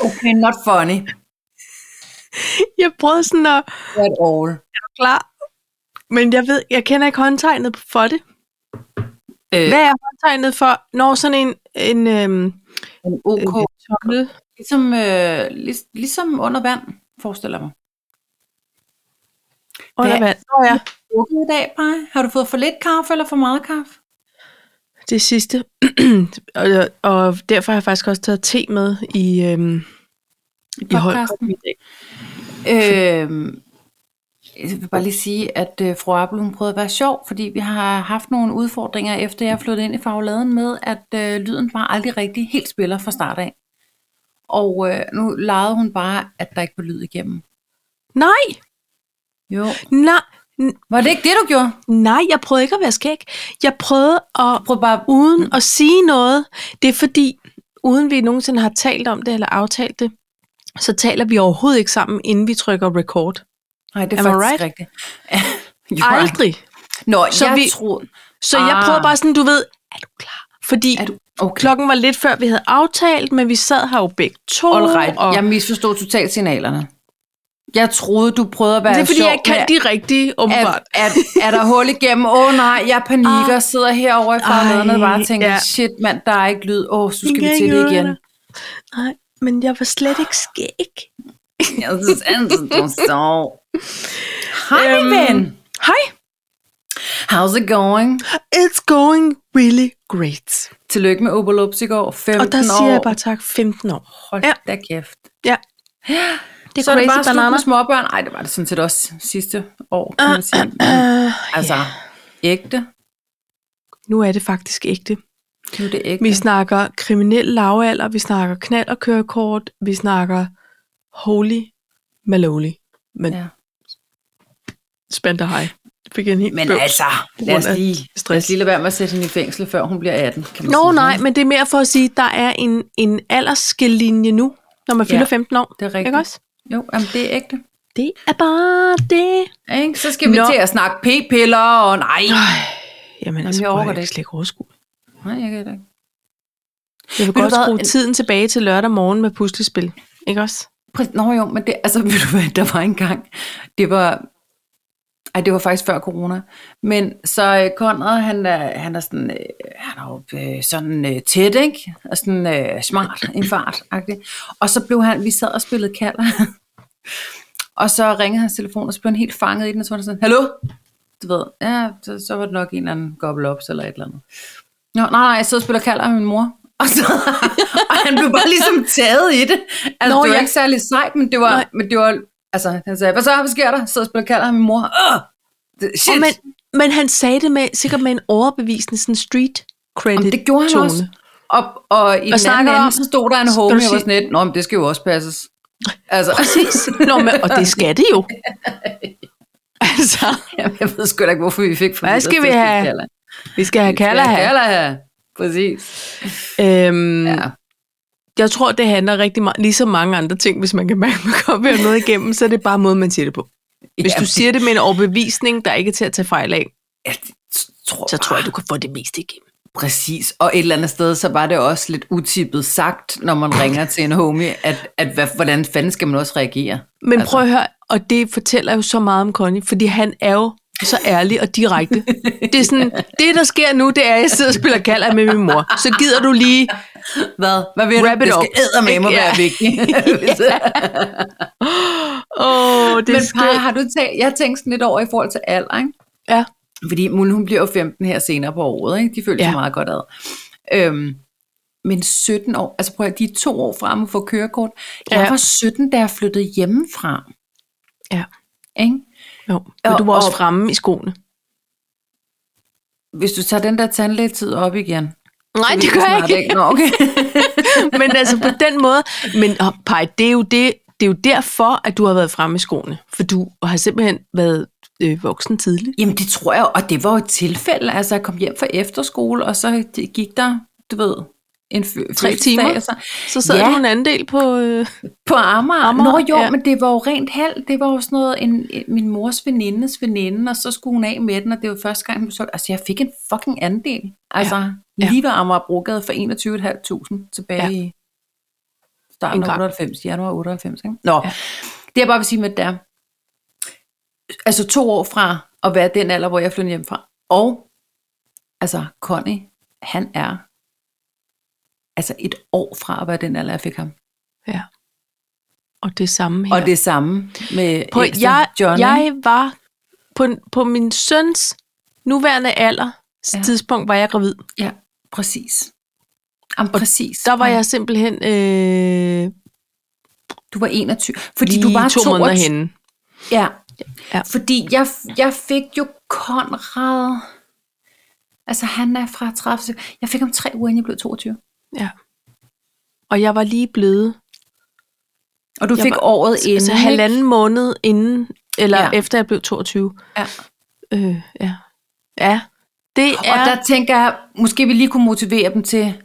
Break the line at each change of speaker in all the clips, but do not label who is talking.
Okay, not funny.
Jeg prøvede sådan at
At all.
klar, men jeg ved, jeg kender ikke håndtegnet for det.
Øh,
Hvad er håndtegnet for, når sådan en, en øhm,
en OK.
øh, tomle?
Ligesom, øh, lig, ligesom under vand, forestiller jeg mig.
Under
Hvad
vand. Nå ja,
Okay i dag, Paj. Har du fået for lidt kaffe eller for meget kaffe?
det sidste. og, og derfor har jeg faktisk også taget te med i, øhm, i
podcasten.
højden i dag.
Øh, jeg vil bare lige sige, at øh, fru Appel, hun prøvede at være sjov, fordi vi har haft nogle udfordringer, efter jeg flyttede ind i fagladen med, at øh, lyden bare aldrig rigtig helt spiller fra start af. Og øh, nu legede hun bare, at der ikke var lyd igennem.
Nej,
Jo.
nej,
Var det ikke det, du gjorde?
nej, jeg prøvede ikke at være skæg. Jeg prøvede at
Prøv bare...
uden at sige noget. Det er fordi, uden vi nogensinde har talt om det eller aftalt det, så taler vi overhovedet ikke sammen, inden vi trykker record.
Nej, det er
Am I
faktisk
right?
right? rigtigt. You're right.
Aldrig.
Nå,
Så
så jeg vi...
vi-
troede...
Så jeg
Ah.
prøver bare sådan, du ved, er du klar? Fordi
Er
du...
du... Okay.
klokken var lidt før, vi havde aftalt, men vi sad her jo begge to.
All right.
Og...
Jeg misforstod totalt signalerne. Jeg troede, du prøvede at være
det er fordi,
sjov
jeg ikke
med-
kan de rigtige,
er,
åbenbart.
er, er der hul igennem? Åh oh, nej, jeg panikker, ah, sidder herovre i farmaden og bare
Ej,
tænker,
ja.
ja. shit mand, der er ikke lyd. Åh, oh, så skal vi
Jeg
til det
gjorde
igen.
det. Nej, men jeg var slet ikke skæg.
Jeg synes, Ansen, du sov. Hej
Øhm.
ven,
Hej,
how's it going?
it's going really great.
Tillykke med Oberlups i går, 15
Og der
år.
siger jeg bare tak, 15 år.
Hold
Ja.
da kæft.
Ja. Det
så er det bare slut med småbørn. Ej, det var det sådan set også sidste år, kan man sige. Men,
Uh,
altså, ægte.
nu er det faktisk ægte.
Nu er det ægte.
Vi snakker kriminel lavalder, vi snakker knald og kørekort, vi snakker holy maloli. Men ja.
Ja.
spænd dig hej. Det fik en helt
Men
bøvs.
altså, lad os lige, lad os
stress.
lige lade være med at sætte hende i fængsel, før hun bliver 18, kan man
Nå
sige.
nej, men det er mere for at sige, at der er en, en aldersskillinje nu, når man fylder
Ja,
15 år.
Det er rigtigt.
Ikke også?
Jo, jamen, det er ægte.
Det er bare det.
Ikke? Så skal vi
Nå.
til at snakke p-piller, og nej.
Jamen, altså,
jeg
prøv,
overgår det
jeg kan
ikke.
slet ikke overskue. det.
Nej, jeg kan det ikke.
Jeg vil
du
godt
hvad,
skrue
en-
tiden tilbage til lørdag morgen med puslespil. Ikke også?
Præ- Nå jo, men det, altså, ved du hvad, der var engang, det var, ej, det var faktisk før corona, men så øh, Conrad, han er, han er sådan, øh, han er jo øh, sådan øh, tæt, ikke? Og sådan øh, smart, en fart -agtig. Og så blev han, vi sad og spillede kalder, og så ringede hans telefon, og så blev han helt fanget i den, og så var han sådan, hallo? Du ved, ja, så, så var det nok en eller anden gobbelops eller et eller andet. Nå, nej, nej, jeg sidder og spiller kalder med min mor. Og, så, og han blev bare ligesom taget i det. Altså, Nå,
Nå,
det var
ja.
ja. ikke særlig sejt, men det var,
Nej.
men det var, altså, han sagde, hvad så, hvad sker der? Jeg sidder og spiller kalder med min mor. Åh! Det- Shit!
Og men, men han sagde det med, sikkert med en overbevisende sådan street credit
Jamen, det gjorde han
tone.
også. Og, og i den anden
snakker du
ende,
om?
så stod der en
Skal
homie,
du
jeg var
sige-
sådan lidt, Nå, men det skal jo også passes. Altså,
Præcis. Nå, men, og det skal det jo. altså,
jeg ved sgu da ikke, hvorfor vi fik for
Hvad skal vi have? vi skal have kalder her.
Kalder her. Præcis.
Øhm, ja.
Ja.
Jeg tror, det handler rigtig meget, ligesom mange andre ting, hvis man kan mærke, at man kommer ved noget igennem, så er det bare måden, man siger det på. Hvis du
Jamen,
siger det med en overbevisning, der ikke er til at tage fejl af,
jeg tror,
så tror jeg, du kan få det meste igennem.
Præcis, og et eller andet sted, så var det også lidt utippet sagt, når man ringer til en homie, at, at hvad, hvordan fanden skal man også reagere?
Men
Altså.
prøv at høre, og det fortæller jo så meget om Connie, fordi han er jo så ærlig og direkte. Det er sådan, det der sker nu, det er, at jeg sidder og spiller kalder med min mor. Så gider du lige
Hvad? Hvad vil
Wrap
du?
it
Det
up.
skal eddermame
Ikke?
være
Ja.
vigtigt.
Åh, oh, det
Men
er
par,
skønt.
har du tænkt, jeg har tænkt sådan lidt over i forhold til alder, ikke?
Ja.
Fordi Mulle, hun bliver jo 15 her senere på året, ikke? De føler ja.
Ja.
sig meget godt ad. Øhm, men 17 år, altså prøv at høre, de er to år fremme for kørekort. Jeg
Ja.
var 17, da jeg flyttede hjemmefra.
Ja.
Ikke?
Jo, men
Og-
du var også
og-
fremme i skoene.
Hvis du tager den der tandlægetid op igen.
Nej,
så
det
ved
gør jeg
snart
ikke.
Nå, okay.
Men altså på den måde. Men og, Paj, det er, jo det, det er jo derfor, at du har været fremme i skoene. For du har simpelthen været øh, voksen tidligt.
Jamen det tror jeg, og det var jo et tilfælde. Altså jeg kom hjem fra efterskole, og så det gik der, du ved, en fø-
Tre
fødselsdag,
timer?
Altså,
Så sad
Ja.
ja. du en anden del på... Øh,
på Amager.
Amager,
Amager Nå jo,
ja.
ja. men det var jo rent halv. Det var jo sådan noget, en, en- min mors venindes veninde, og så skulle hun af med den, og det var første gang, hun så, altså jeg fik en fucking andel. Altså
Ja.
ja. lige ved Amager Brogade for 21.500 tilbage
Ja.
ja. i starten af
Engang.
98, januar 98, ikke? Nå, ja. det jeg bare vil sige med det der, altså to år fra at være den alder, hvor jeg flyttede hjem fra, og altså Connie, han er altså et år fra at være den alder, jeg fik ham.
Ja. Og det samme her.
Og det samme med
på,
ældste
jeg,
Johnny.
jeg var på, på min søns nuværende alder,
Ja.
ja. tidspunkt var jeg gravid.
Ja, præcis. Jamen, præcis.
Der var jeg simpelthen øh,
Du var 21. Fordi
lige
du var
to måneder
22.
henne.
Ja. ja.
Ja.
Fordi jeg, jeg fik jo Konrad. Altså, han er fra 30. Jeg fik ham tre uger, inden jeg blev 22.
Ja. Og jeg var lige blevet
Og du jeg
Jeg
fik var,
var-
året inden.
altså
ikke?
halvanden måned inden, eller
Ja.
ja. efter jeg blev 22.
Ja.
Øh, ja. ja. Det
Og
er...
der tænker jeg, måske vi lige kunne motivere dem til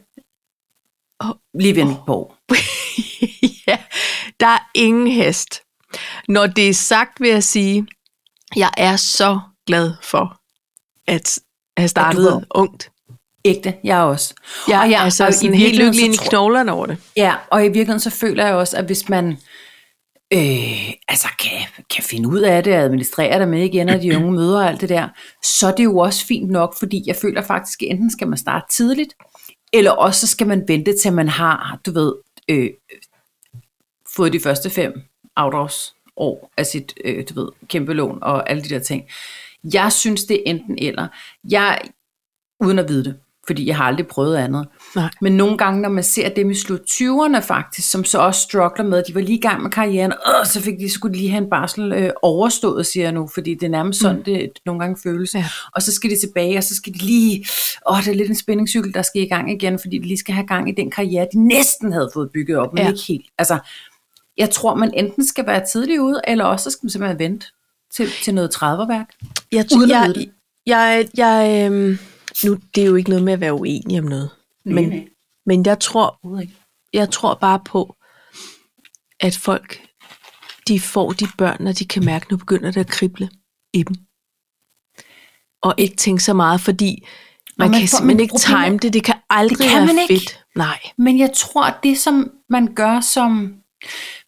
Åh.
lige vente et par år.
ja, der er ingen hest. Når det er sagt, vil jeg sige, jeg er så glad for at have
var-
startet ungt.
Ægte, jeg også.
Jeg
Og
og
jeg
jeg
er
altså
i
sådan helt
virkeligheden, så
lykkelig ind i
tror-
knoglerne over det.
Ja, og i virkeligheden så føler jeg også, at hvis man øh, altså kan, kan finde ud af det og administrere det med igen, og de unge møder og alt det der, så er det jo også fint nok, fordi jeg føler faktisk, at enten skal man starte tidligt, eller også så skal man vente til man har, du ved, øh, fået de første fem afdragsår af sit øh, du ved, kæmpe lån og alle de der ting. Jeg synes, det er enten eller. Jeg, uden at vide det, fordi jeg har aldrig prøvet andet.
Nej.
Men nogle gange, når man ser dem i slut 20'erne faktisk, som så også struggler med, at de var lige i gang med karrieren, og så fik de, skulle de lige have en barsel øh, overstået, siger jeg nu, fordi det er nærmest sådan, mm. det nogle gange føles.
Ja.
Og så skal de tilbage, og så skal de lige, åh, det er lidt en spændingscykel, der skal i gang igen, fordi de lige skal have gang i den karriere, de næsten havde fået bygget op, men ja.
Ja.
ikke helt. Altså, jeg tror, man enten skal være tidlig ude, eller også så skal man simpelthen vente til, til noget 30'er-værk.
Jeg,
Uden at
jeg,
vide det.
jeg, jeg, øhm, nu, det er jo ikke noget med at være uenig om noget. Men,
nej.
men jeg, tror,
Overhovedet ikke.
jeg tror bare på, at folk, de får de børn, når de kan mærke, nu begynder det at krible i dem. Og ikke tænke så meget, fordi man,
man
man kan
får-
simpelthen
men
ikke
problemet-
time det. Det kan aldrig
kan
være
man ikke.
fedt. Nej.
Men jeg tror, at det som man gør som...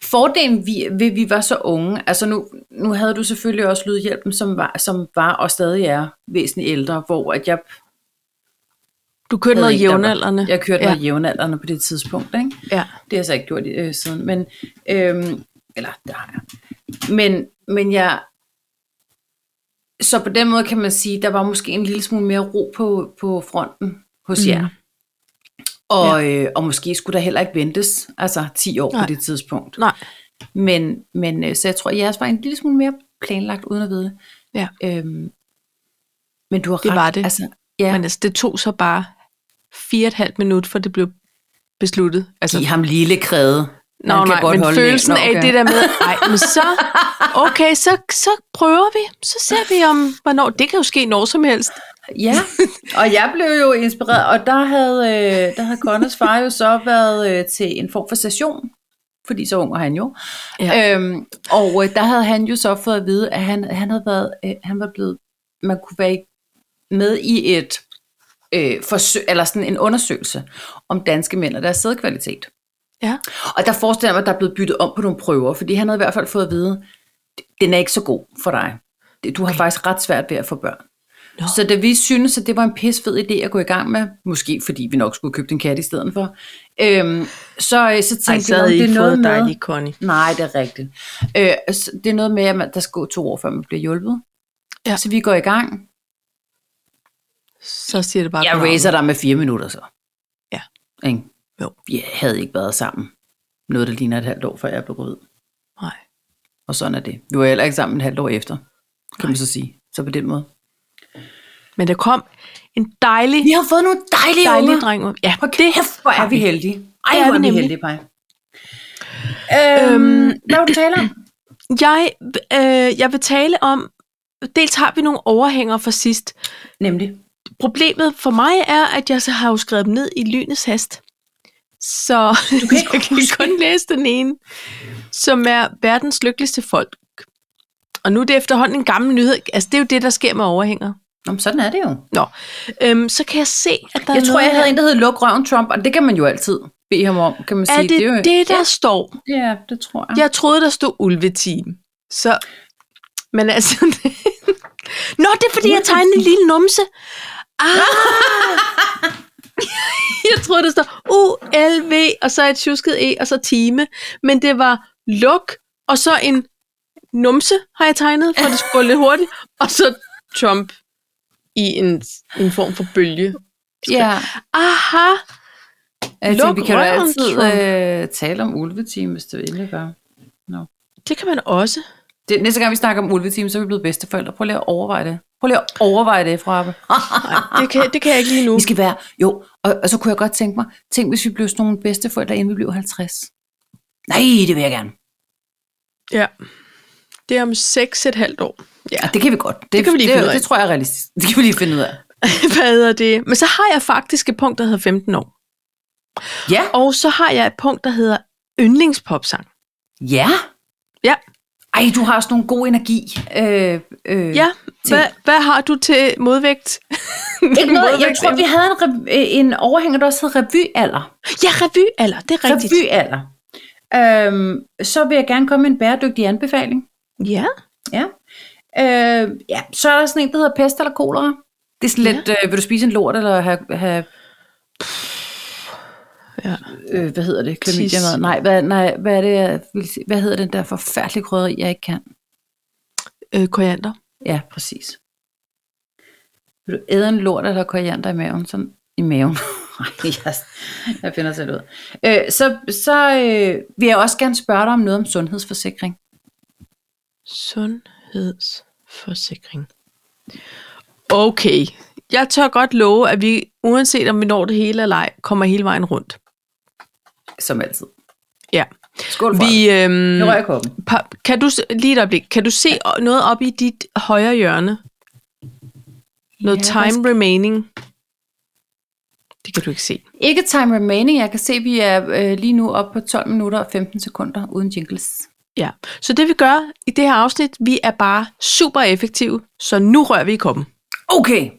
Fordelen vi, ved, vi var så unge, altså nu, nu havde du selvfølgelig også lydhjælpen, som var, som var og stadig er væsentligt ældre, hvor at jeg,
Du kørte
Jeg ved
noget
ikke, der var-
jævnaldrende.
jeg kørte
ja.
med jævnaldrende på det tidspunkt. Ikke?
Ja.
Det har jeg så ikke gjort øh, siden, men, øhm, eller det har jeg. Men, men jeg, så på den måde kan man sige, der var måske en lille smule mere ro på, på fronten hos jer.
Mm.
Og, ja. øh, og måske skulle der heller ikke ventes, altså 10 år Nej.
Nej.
på det tidspunkt.
Nej.
Men, men øh, så jeg tror, at jeres var en lille smule mere planlagt, uden at vide det.
Ja.
Øhm, men du har
Det
ret.
var det.
Altså, ja,
Men altså, det tog så bare fire og et halvt minut, for det blev besluttet. Altså,
giv ham lille kræde.
nå,
Han kan
nej,
godt
men
holde
følelsen
den. Nå,
af det der med, nej, men så, okay, så, så prøver vi. Så ser vi om, hvornår, det kan jo ske når som helst.
Ja, og jeg blev jo inspireret, og der havde, øh, der havde Connors far jo så været øh, til en form for session, fordi så ung var han jo. Ja.
Ja.
Øhm, og øh, der havde han jo så fået at vide, at han, han, havde været, øh, han var blevet, man kunne være i- med i et øh, forsøg, eller sådan en undersøgelse om danske mænd og deres sædkvalitet.
Ja.
Og der forestiller jeg mig, at der er blevet byttet om på nogle prøver, fordi han havde i hvert fald fået at vide, den er ikke så god for dig. Du har okay. faktisk ret svært ved at få børn.
Nå.
Så da vi synes, at det var en pis fed idé at gå i gang med, måske fordi vi nok skulle købe en kat i stedet for, øhm, så, øh, så tænkte vi, om det er noget med...
Connie.
Nej, det er rigtigt. Øh, så det er noget med, at man, der skal gå to år, før man bliver hjulpet.
Ja.
Så vi går i gang.
Så siger det bare.
Jeg
godnavn.
racer dig med fire minutter så.
Ja.
Ikke?
Jo.
Vi havde ikke været sammen. Noget, der ligner et halvt år, før jeg blev gravid.
Nej.
Og sådan er det. Vi var heller ikke sammen et halvt år efter, kan man så sige. Så på den måde.
Men der kom en dejlig,
Vi har fået nogle dejlige,
dejlig
unger.
dreng. ud. Ja,
Hold kæft, hvor er vi heldige. Ej,
Det er
hvor
vi
er vi
nemlig.
heldige, Paj. Øhm, hvad vil du tale om?
jeg, øh, jeg vil tale om, dels har vi nogle overhænger fra sidst,
Nemlig.
problemet for mig er, at jeg så har jo skrevet dem ned i lynets hast. Så du
kan ikke
jeg kan
huske
kun læse den ene, som er verdens lykkeligste folk. Og nu er det efterhånden en gammel nyhed. Altså, det er jo det, der sker med overhænger.
Nå, men sådan er det jo.
Nå, øhm, så kan jeg se, at der er
Jeg tror,
noget
jeg havde
her.
en, der hed Luk Røven Trump, og det kan man jo altid. bede ham om, kan man
Er
sige.
det
jo-
det, der står?
Ja, ja, det tror jeg.
Jeg troede, der stod ulvetime. Så, men altså... Nå, det er, fordi jeg tegnede en lille numse. Ah! jeg troede, der stod U-L-V, og så et tjusket E, og så time. Men det var luk, og så en numse har jeg tegnet, for det skulle gå lidt hurtigt. Og så Trump i en, en form for bølge.
ja.
Aha!
Jeg tænker,
Luk
vi kan jo
røven,
altid
Trump.
øh, tale om ulvetime, hvis du endelig gør.
Det kan man også.
Det, næste gang vi snakker om ulvetime, så er vi blevet bedsteforældre. Prøv lige at overveje det. Prøv lige at overveje det, fra Appe.
Nej, det kan, det kan jeg ikke lige nu.
Vi skal være, jo, og, og, så kunne jeg godt tænke mig, tænk hvis vi blev sådan nogle bedsteforældre, inden vi blev 50. Nej, det vil jeg gerne.
Ja. Det er om seks et halvt år. Ja,
Ja, det kan vi godt. Det,
kan vi lige
det,
finde ud
det,
af.
det tror jeg er realistisk. Det kan vi lige finde ud af.
hvad hedder det? Men så har jeg faktisk et punkt, der hedder 15 år.
Ja.
Og så har jeg et punkt, der hedder yndlingspopsang.
Ja.
Ja.
Ej, du har også nogle gode energi. Øh, øh,
Ja, hvad, hvad har du til modvægt?
Ikke noget, jeg
Modvægt-
tror, vi havde en, rev- øh, en overhænger, der også hed revyalder.
Ja, revyalder, det er rigtigt.
Revyalder. Øhm, så vil jeg gerne komme med en bæredygtig anbefaling.
Ja,
Ja. Øh, ja, så er der sådan en, der hedder pest eller kolera. Det er sådan lidt, ja. øh, vil du spise en lort, eller have, have
Ja.
øh, hvad hedder det,
Tis.
klamydia Nej, hvad, nej, hvad er det, jeg vil sige? Hvad hedder den der forfærdelige krydderi, jeg ikke kan?
øh, koriander.
Ja, præcis. Vil du æde en lort eller koriander i maven? Sådan i maven. Ej, jeg, jeg finder selv ud. Øh, så så øh, vil jeg også gerne spørge dig om noget om sundhedsforsikring.
Sundhedsforsikring. Okay, jeg tør godt love, at vi, uanset om vi når det hele eller ej, kommer hele vejen rundt.
Som altid.
Ja.
Skål for det.
Vi, øhm,
Nu rører jeg koppen.
Pa- Kan du, se- lige et øjeblik, kan du se o- noget op i dit højre hjørne? Noget
Ja,
ja, time
faktisk-
remaining? Det kan du ikke se.
Ikke time remaining. Jeg kan se, at vi er øh, lige nu oppe på 12 minutter og 15 sekunder uden jingles.
Ja. Så det vi gør i det her afsnit, vi er bare super effektive, så nu rører vi i koppen.
Okay.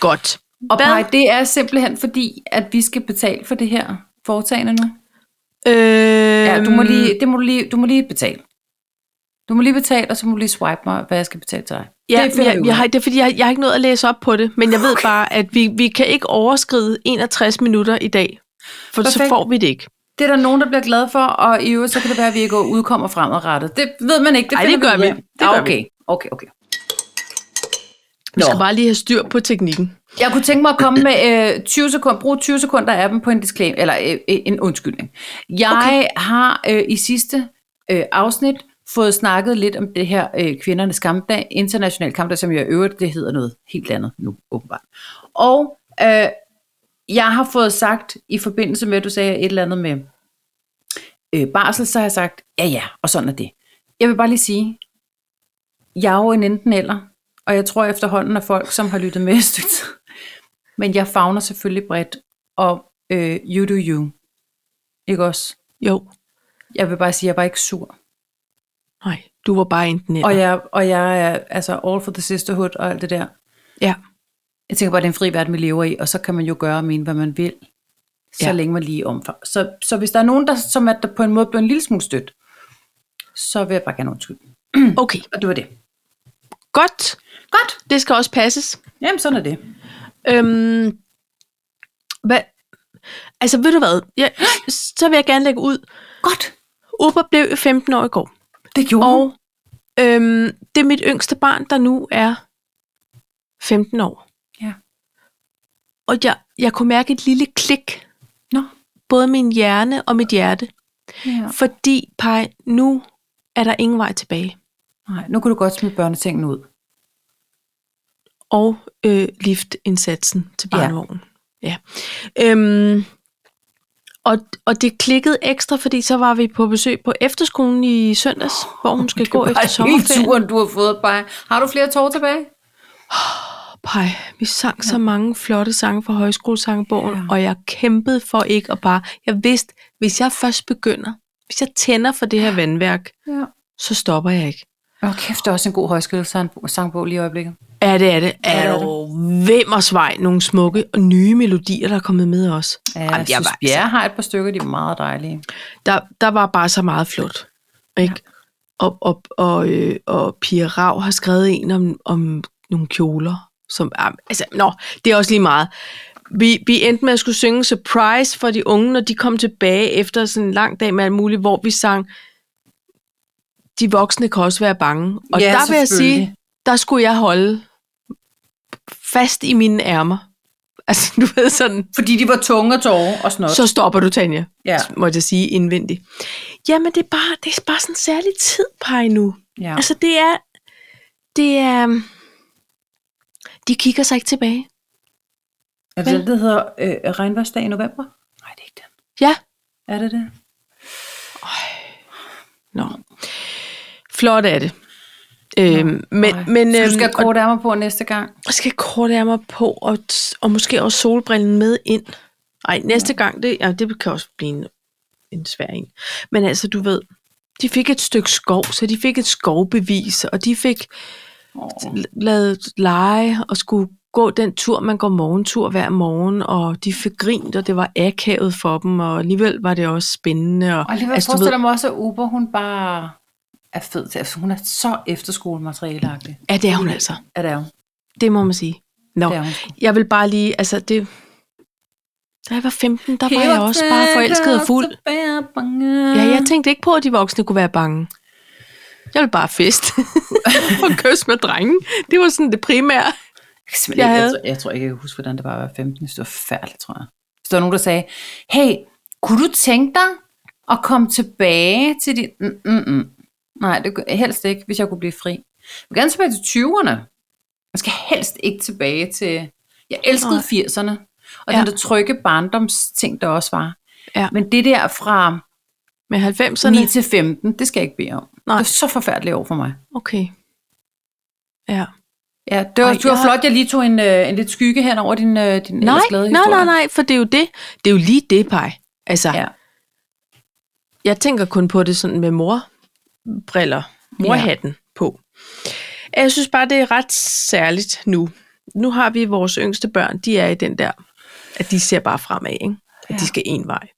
Godt.
Og
Hvad?
Paj, det er simpelthen fordi, at vi skal betale for det her foretagende nu.
Øh,
Ja, du
Øhm,
må, lige, det må du, lige, du må lige betale. Du må lige betale, og så må du lige swipe mig, hvad jeg skal betale til dig.
Ja,
finder vi
jeg,
ud
jeg,
af.
har, det er fordi, jeg, jeg har ikke nået at læse op på det, men jeg ved bare, at vi, vi kan ikke overskride 61 minutter i dag, for Perfekt. så
Perfekt.
får vi det ikke.
Det er der nogen, der bliver glade for, og i øvrigt, så kan det være, at vi ikke udkommer fremadrettet. Det ved man ikke. Det,
Ej, det
finder
gør
ud
vi.
af.
Det
Det
gør
okay. okay, okay.
Vi
Nå.
skal bare lige have styr på teknikken.
Jeg kunne tænke mig at komme med øh, 20 sekunder, bruge 20 sekunder af dem på en disclaimer, eller øh, øh, en undskyldning. Jeg okay. har øh, i sidste øh, afsnit fået snakket lidt om det her øh, kvindernes kampdag, international kampdag, som jeg i øvrigt, det hedder noget helt andet nu, åbenbart. Og øh, jeg har fået sagt, i forbindelse med, at du sagde et eller andet med øh, barsel, så har jeg sagt, ja ja, og sådan er det. Jeg vil bare lige sige, jeg er jo en enten eller, og jeg tror efterhånden, at folk, som har lyttet med et stykke tid, men jeg fagner selvfølgelig bredt, og øh, you do you. Ikke også?
Jo,
Jeg vil bare sige, at jeg var ikke sur.
nej, du var bare enten eller.
Og jeg, og jeg er altså all for the sisterhood og alt det der.
ja.
Jeg tænker bare, at det er en fri verden, vi lever i, og så kan man jo gøre og mene, hvad man vil, så
Ja.
ja. længe man lige omfavner. Så, så hvis der er nogen, der, som er der på en måde blevet en lille smule stødt, så vil jeg bare gerne undskylde.
Okay,
Og det var det.
godt.
Godt.
Det skal også passes.
Jamen, sådan er det.
Øhm, hvad? Altså, ved du hvad? Jeg, så vil jeg gerne lægge ud.
Godt.
Uber blev 15 år i går.
Det gjorde
Og øhm, det er mit yngste barn, der nu er 15 år.
Ja.
Og jeg, jeg kunne mærke et lille klik.
Nå.
Både min hjerne og mit hjerte.
Ja.
Fordi, Paj, nu er der ingen vej tilbage.
Nej, nu kan du godt smide børnetingene ud.
og øh, liftindsatsen til
Ja.
barnevognen. Ja. ja. Øhm, og, og det klikkede ekstra, fordi så var vi på besøg på efterskolen i søndags, hvor hun skal gå efter
Ej, hele
sommerferien.
turen, du har fået, bare. Har du flere tårer tilbage?
Pej, vi sang ja. så mange flotte sange fra højskolesangbogen,
Ja.
ja. og jeg kæmpede for ikke at bare... Jeg vidste, hvis jeg først begynder, hvis jeg tænder for det her vandværk,
Ja.
så stopper jeg ikke.
Åh, kæft, det er også en god højskolesangbog lige i øjeblikket.
Ja, det er det.
det
Er
er
du hvem og svej nogle smukke og nye melodier, der er kommet med os.
Ja, jeg, jeg synes,
var,
Bjerre har et par stykker, de er meget dejlige.
der, der var bare så meget flot. Ikke? Ja. Og, og, og, øh, og Pia Rav har skrevet en om, om nogle kjoler. Som, ah, altså, nå, det er også lige meget. Vi, vi endte med at skulle synge Surprise for de unge, når de kom tilbage efter sådan en lang dag med alt muligt, hvor vi sang, de voksne kan også være bange. Og
Ja,
der vil jeg sige,
selvfølgelig.
der skulle jeg holde fast i mine ærmer. Altså, du ved sådan,
Fordi de var tunge og tårer og snot.
så stopper du, Tanja
ja.
måtte jeg sige indvendigt. Jamen, det er bare, det er bare sådan en særlig tid, Paj, nu.
ja.
Ja. Altså, det er, det er, øhm, de kigger sig ikke tilbage.
Er det den, der hedder øh, Regnværsdag i november? Nej, det er ikke den.
Ja.
Er det det?
Nå. Flot er det. Øhm, men,
Ej.
men
Så
øhm,
du skal have korte ærmer på næste gang.
og, skal korte mig på, og, t- og måske også solbrillen med ind. Ej, næste gang, det, ja, det kan også blive en, en svær en. Men altså, du ved, de fik et stykke skov, så de fik et skovbevis, og de fik
Oh.
l- lavet lege og skulle gå den tur, man går morgentur hver morgen, og de fik grint, og det var akavet for dem, og alligevel var det også spændende. Og,
Og alligevel
altså,
altså,
du
forestiller mig også, at Uber, hun bare er fed til. Altså, hun er så efterskolematerialeagtig.
ja, det er hun altså.
Ja, det er hun.
Det må man sige. Nå,
Det er hun.
jeg vil bare lige, altså det... Da jeg var 15, der var jeg også bare forelsket og fuld. Ja, jeg tænkte ikke på, at de voksne kunne være bange. Jeg ville bare fest og kysse med drenge. Det var sådan det primære.
jeg,
jeg
jeg,
havde-
jeg, tror- jeg tror ikke, jeg kan huske, hvordan det var at være 15. Det var forfærdeligt, tror jeg. Så der var nogen, der sagde, hey, kunne du tænke dig at komme tilbage til din... Mm, mm, mm. Nej, det kunne- helst ikke, hvis jeg kunne blive fri. Jeg vil gerne tilbage til 20'erne. Man skal helst ikke tilbage til... Jeg elskede
Nej.
80'erne. Og
Ja.
ja. den der trygge barndomsting, der også var.
Ja.
Men det der fra
Med
9
90'erne.
til 15, det skal jeg ikke bede om.
Nej.
Det var så forfærdeligt over for mig.
Okay. Ja.
Ja, det var,
Ej,
Ej, det var
jeg-
flot, jeg lige tog en, øh, en lidt skygge hen over din, øh, din
Nej,
ellers glade
nej,
historie.
nej, nej, for det er jo det. Det er jo lige det, Paj. Altså, ja.
Ja.
jeg tænker kun på det sådan med morbriller, morhatten ja. på. Jeg synes bare, det er ret særligt nu. Nu har vi vores yngste børn, de er i den der, at de ser bare fremad, ikke? At ja.
Ja.
de skal en vej.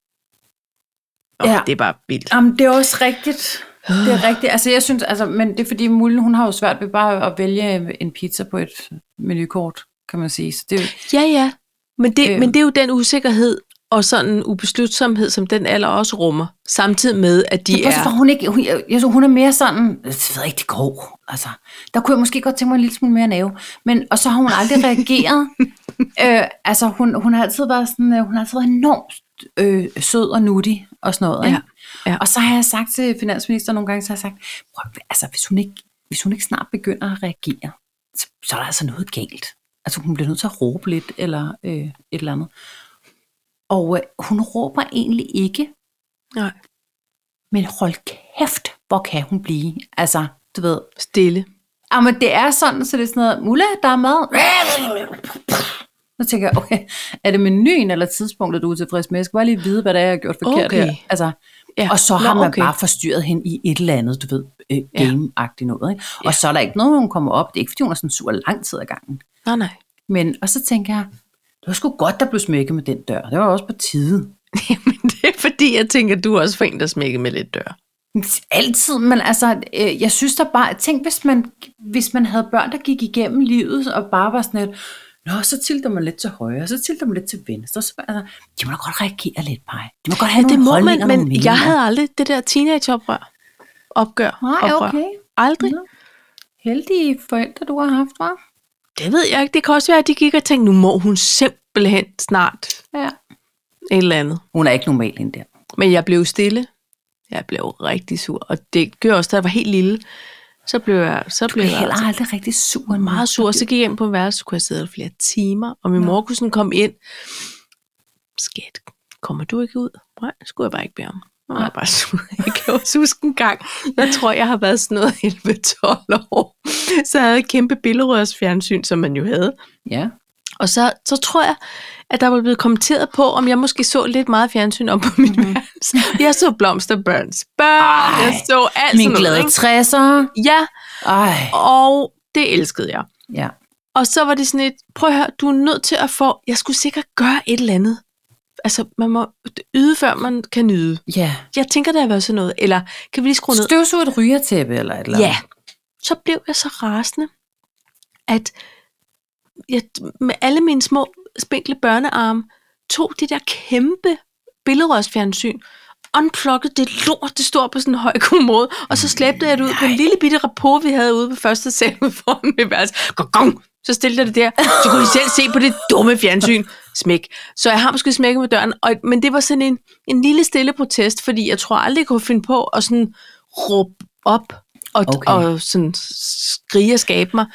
Nå, ja.
Ja.
det er bare vildt.
Jamen, det er også rigtigt. Det er rigtigt. Altså, jeg synes, altså, men det er fordi Mullen, hun har jo svært ved bare at vælge en pizza på et menukort, kan man sige. Så det, er jo-
Ja, ja. Men det, øhm.
Øhm.
men det er jo den usikkerhed og sådan en ubeslutsomhed, som den alder også rummer, samtidig med, at de
det er
er...
bare, hun, ikke, hun, jeg, jeg, synes, hun er mere sådan, jeg ved ikke, det går. Altså, der kunne jeg måske godt tænke mig en lille smule mere nerve. Men, og så har hun aldrig reageret. øh, altså, hun, hun har altid været sådan, øh, hun har altid været enormt øh, sød og nuttig og sådan noget.
Ja,
ikke?
ja.
Og så har jeg sagt til finansministeren nogle gange, så har jeg sagt, prøv, at- altså, hvis, hun ikke, hvis hun ikke snart begynder at reagere, så, så er der altså noget galt. Altså hun bliver nødt til at råbe lidt, eller øh, et eller andet. Og øh, hun råber egentlig ikke,
Nej,
men hold kæft, hvor kan hun blive. Altså, du ved.
stille.
Jamen, det er sådan, så det er sådan noget, Mulla, der er mad. Så tænker jeg, okay, er det menuen eller tidspunktet, du er tilfreds med? Jeg skal bare lige vide, hvad det er, jeg har gjort forkert
Okay.
her. Altså,
Ja.
ja. Og så
Nå,
har man
okay.
okay. bare forstyrret hende i et eller andet, du ved, øh,
Ja.
game-agtigt noget. Ikke? Og
Ja.
så er der ikke noget, hun kommer op. Det er ikke, fordi hun er sådan sur lang tid ad gangen.
Nej, nej.
Men, og så tænker jeg, det var sgu godt, der blev smækket med den dør. Det var også på tide.
Jamen, det er fordi, jeg tænker, du er også for en, der smækker med lidt dør.
Altid, men altså, øh, jeg synes der bare, tænk hvis man, hvis man havde børn, der gik igennem livet og bare var sådan lidt, Nå, så tilter man lidt til højre, så tilter man lidt til venstre. Så, altså, de må da godt reagere lidt, Paj. De må godt have
Det
nogle
må man,
holdninger, nogle
men
meninger.
jeg havde aldrig det der teenageoprør. Opgør.
Nej,
oprør.
okay.
Aldrig.
Nå. Heldige forældre, du har haft, var.
Det ved jeg ikke. Det kan også være, at de gik og tænkte, nu må hun simpelthen snart
Ja.
et eller andet.
Hun er ikke normal end der.
Men jeg blev stille. Jeg blev rigtig sur. Og det gjorde også, da jeg var helt lille. Så blev jeg, så blev
Jeg
jeg
er heller
altså
aldrig rigtig sur. nu.
meget sur. Så gik jeg ind på en værelse, så kunne jeg sidde der flere timer. Og min mor kunne sådan komme ind. Skat, kommer du ikke ud? Nej, det skulle jeg bare ikke bede om. Nu var jeg bare sur. Jeg kan også huske en gang, jeg tror, jeg har været sådan noget 11-12 år. Så jeg havde et kæmpe billedrørsfjernsyn, som man jo havde.
Ja.
Og så, så tror jeg, at der var blevet kommenteret på, om jeg måske så lidt meget fjernsyn om på mit
Mhm.
mm. værelse. Jeg så Blomsterbørns børn, jeg så alt
Min
sådan noget.
glade
ikke?
60'er.
Ja,
Ej,
Og det elskede jeg.
ja.
Og så var det sådan et, prøv at høre, du er nødt til at få, jeg skulle sikkert gøre et eller andet. Altså, man må yde, før man kan nyde.
Ja.
Jeg tænker, der har været sådan noget. Eller kan vi lige skrue ned?
Støvsug et rygertæppe eller et eller
Ja. Så blev jeg så rasende, at jeg med alle mine små spinkle børnearme tog det der kæmpe billedrørsfjernsyn, unpluggede det lort, det stod på sådan en høj kommode, og så slæbte jeg det ud på en lille bitte rapport, vi havde ude på første sal ude foran mit værelse. Gong, gong! Så stillede jeg det der, så kunne de selv se på det dumme fjernsyn. Smæk. Så jeg har måske smækket med døren, og, men det var sådan en, en lille stille protest, fordi jeg tror aldrig, jeg kunne finde på at sådan råbe op og,
Okay.
okay. og sådan skrige og skabe mig.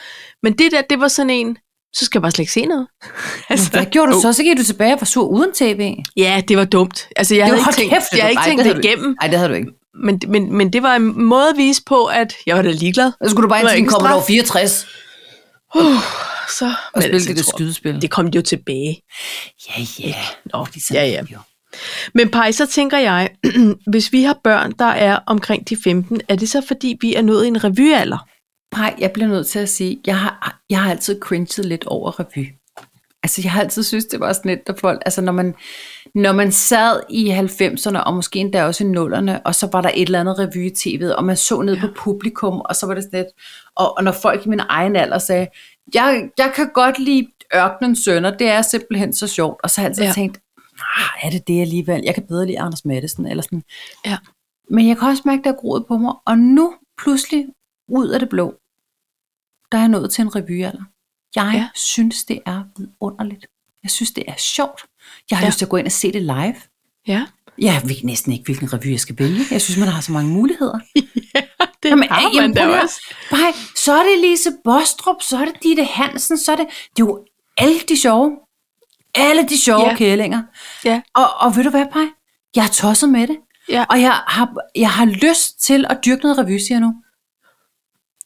Men det der, det var sådan en, så skal jeg bare slet ikke se noget.
Altså, Hvad gjorde du så? Så gik du tilbage og var sur uden tv.
Ja, det var dumt. Altså, jeg havde
var
ikke tænkt, jeg havde ikke tænkt det igennem,
Nej, det havde du ikke.
men, men, men det var en måde at vise på, at jeg var da ligeglad.
Så skulle du bare
Det
ind
var
til din
ikke en
Commodore
straf.
64
Så,
og
men
spille
altså,
det
jeg
der
tror,
skydespil.
Det kom de jo tilbage.
Ja, ja. Nå, de
Ja, ja. Men Paj, så tænker jeg, hvis vi har børn, der er omkring de 15, er det så fordi, vi er nået i en revyalder?
Nej, jeg bliver nødt til at sige, jeg har, jeg har altid cringet lidt over revy. Altså, jeg har altid synes, det var sådan lidt, der folk, altså når man, når man sad i 90'erne, og måske endda også i 0'erne, og så var der et eller andet revy i tv'et, og man så ned ja. på publikum, og så var det sådan lidt, og, og når folk i min egen alder sagde, jeg, jeg kan godt lide Ørkenens Sønner, det er simpelthen så sjovt, og så har jeg altid ja.
Ja.
tænkt, "Ah, er det det alligevel, jeg kan bedre lide Anders Madsen, eller sådan,
Ja.
men jeg kan også mærke, der er groet på mig. Og nu pludselig, ud af det blå, der er jeg nået til en revyalder. Jeg ja.
Ja.
synes, det er vidunderligt. Jeg synes, det er sjovt. Jeg har ja.
Ja.
lyst til at gå ind og se det live.
Ja,
Jeg ved næsten ikke, hvilken revy jeg skal vælge. Jeg synes, man har så mange muligheder.
det har man
prøv lige
da
at-
også.
Nej, så er det Lise Bostrup, så er det Ditte Hansen, så er det... Det er jo alle de sjove. Alle de sjove ja.
Ja.
kælinger.
Ja.
Og, og ved du hvad, Paj? Jeg er tosset med det.
Ja.
Og jeg har, jeg har lyst til at dyrke noget revy, siger jeg nu.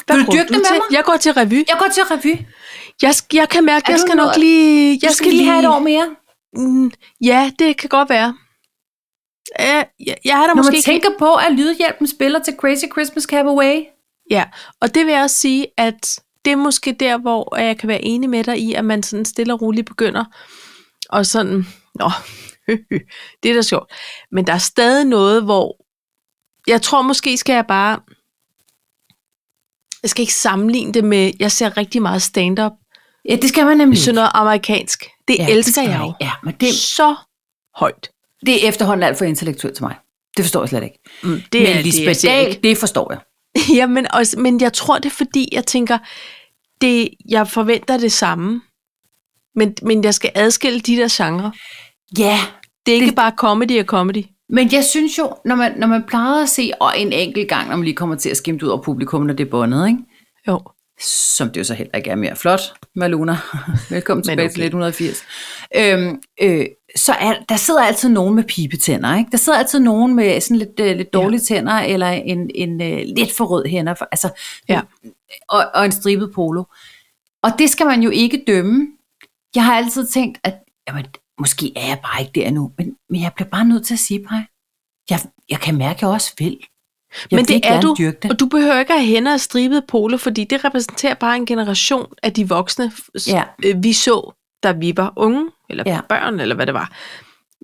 Hvad
Vil du
går
dyrke det med
til?
mig?
Jeg går til revy.
Jeg går til revy.
Jeg, sk- jeg kan mærke,
Er
jeg
du
skal
noget-
nok lige... Jeg
Du skal lige have et år mere.
Mm, Ja, det kan godt være. Ja, jeg, jeg er der
Når
måske
man
ikke
tænker på, at Lydhjælpen spiller til Crazy Christmas Cabaret.
Ja, og det vil jeg også sige, at det er måske der, hvor jeg kan være enig med dig i, at man sådan stille og roligt begynder, og sådan, nå, det er da sjovt. Men der er stadig noget, hvor jeg tror måske skal jeg bare, jeg skal ikke sammenligne det med, jeg ser rigtig meget stand-up,
Ja, det skal man nemlig.
sådan noget amerikansk. Det
Mm. ja,
ja, elsker
skal
det jeg
man
jo.
ikke. Ja, men det,
Så højt.
det er efterhånden alt for intellektuelt til mig. Det forstår jeg slet ikke.
Mm,
Det men
jeg
Lisbeth
ser ikke.
Dahl, det forstår jeg.
Jamen, også, men jeg tror, det er fordi, jeg tænker, det, jeg forventer det samme, men, men jeg skal adskille de der genrer.
Ja,
Det er ikke
Det-
det... bare comedy og comedy.
Men jeg synes jo, når man, når man plejede at se, og en enkelt gang, når man lige kommer til at skimte ud over publikum, når det er bundet, ikke?
Jo.
som det jo så heller ikke er mere flot, Maluna. Velkommen
Men
tilbage okay. til
okay.
1980. Øhm, øh, så er, der sidder altid nogen med pibetænder, ikke? Der sidder altid nogen med sådan lidt, øh, lidt dårlige ja. tænder, eller en, en øh, lidt for rød hænder, for, altså,
Ja.
og, og en stribet polo. Og det skal man jo ikke dømme. Jeg har altid tænkt, at jamen, måske er jeg bare ikke der nu, men, men jeg bliver bare nødt til at sige, Paj, jeg, jeg kan mærke, at jeg også vil. Jeg
men
vil
det er
gerne
du,
Dyrke det.
og du behøver ikke at have hænder og stribede polo, fordi det repræsenterer bare en generation af de voksne, s-
Ja.
øh, vi så, da vi var unge, eller
Ja.
ja. børn, eller hvad det var.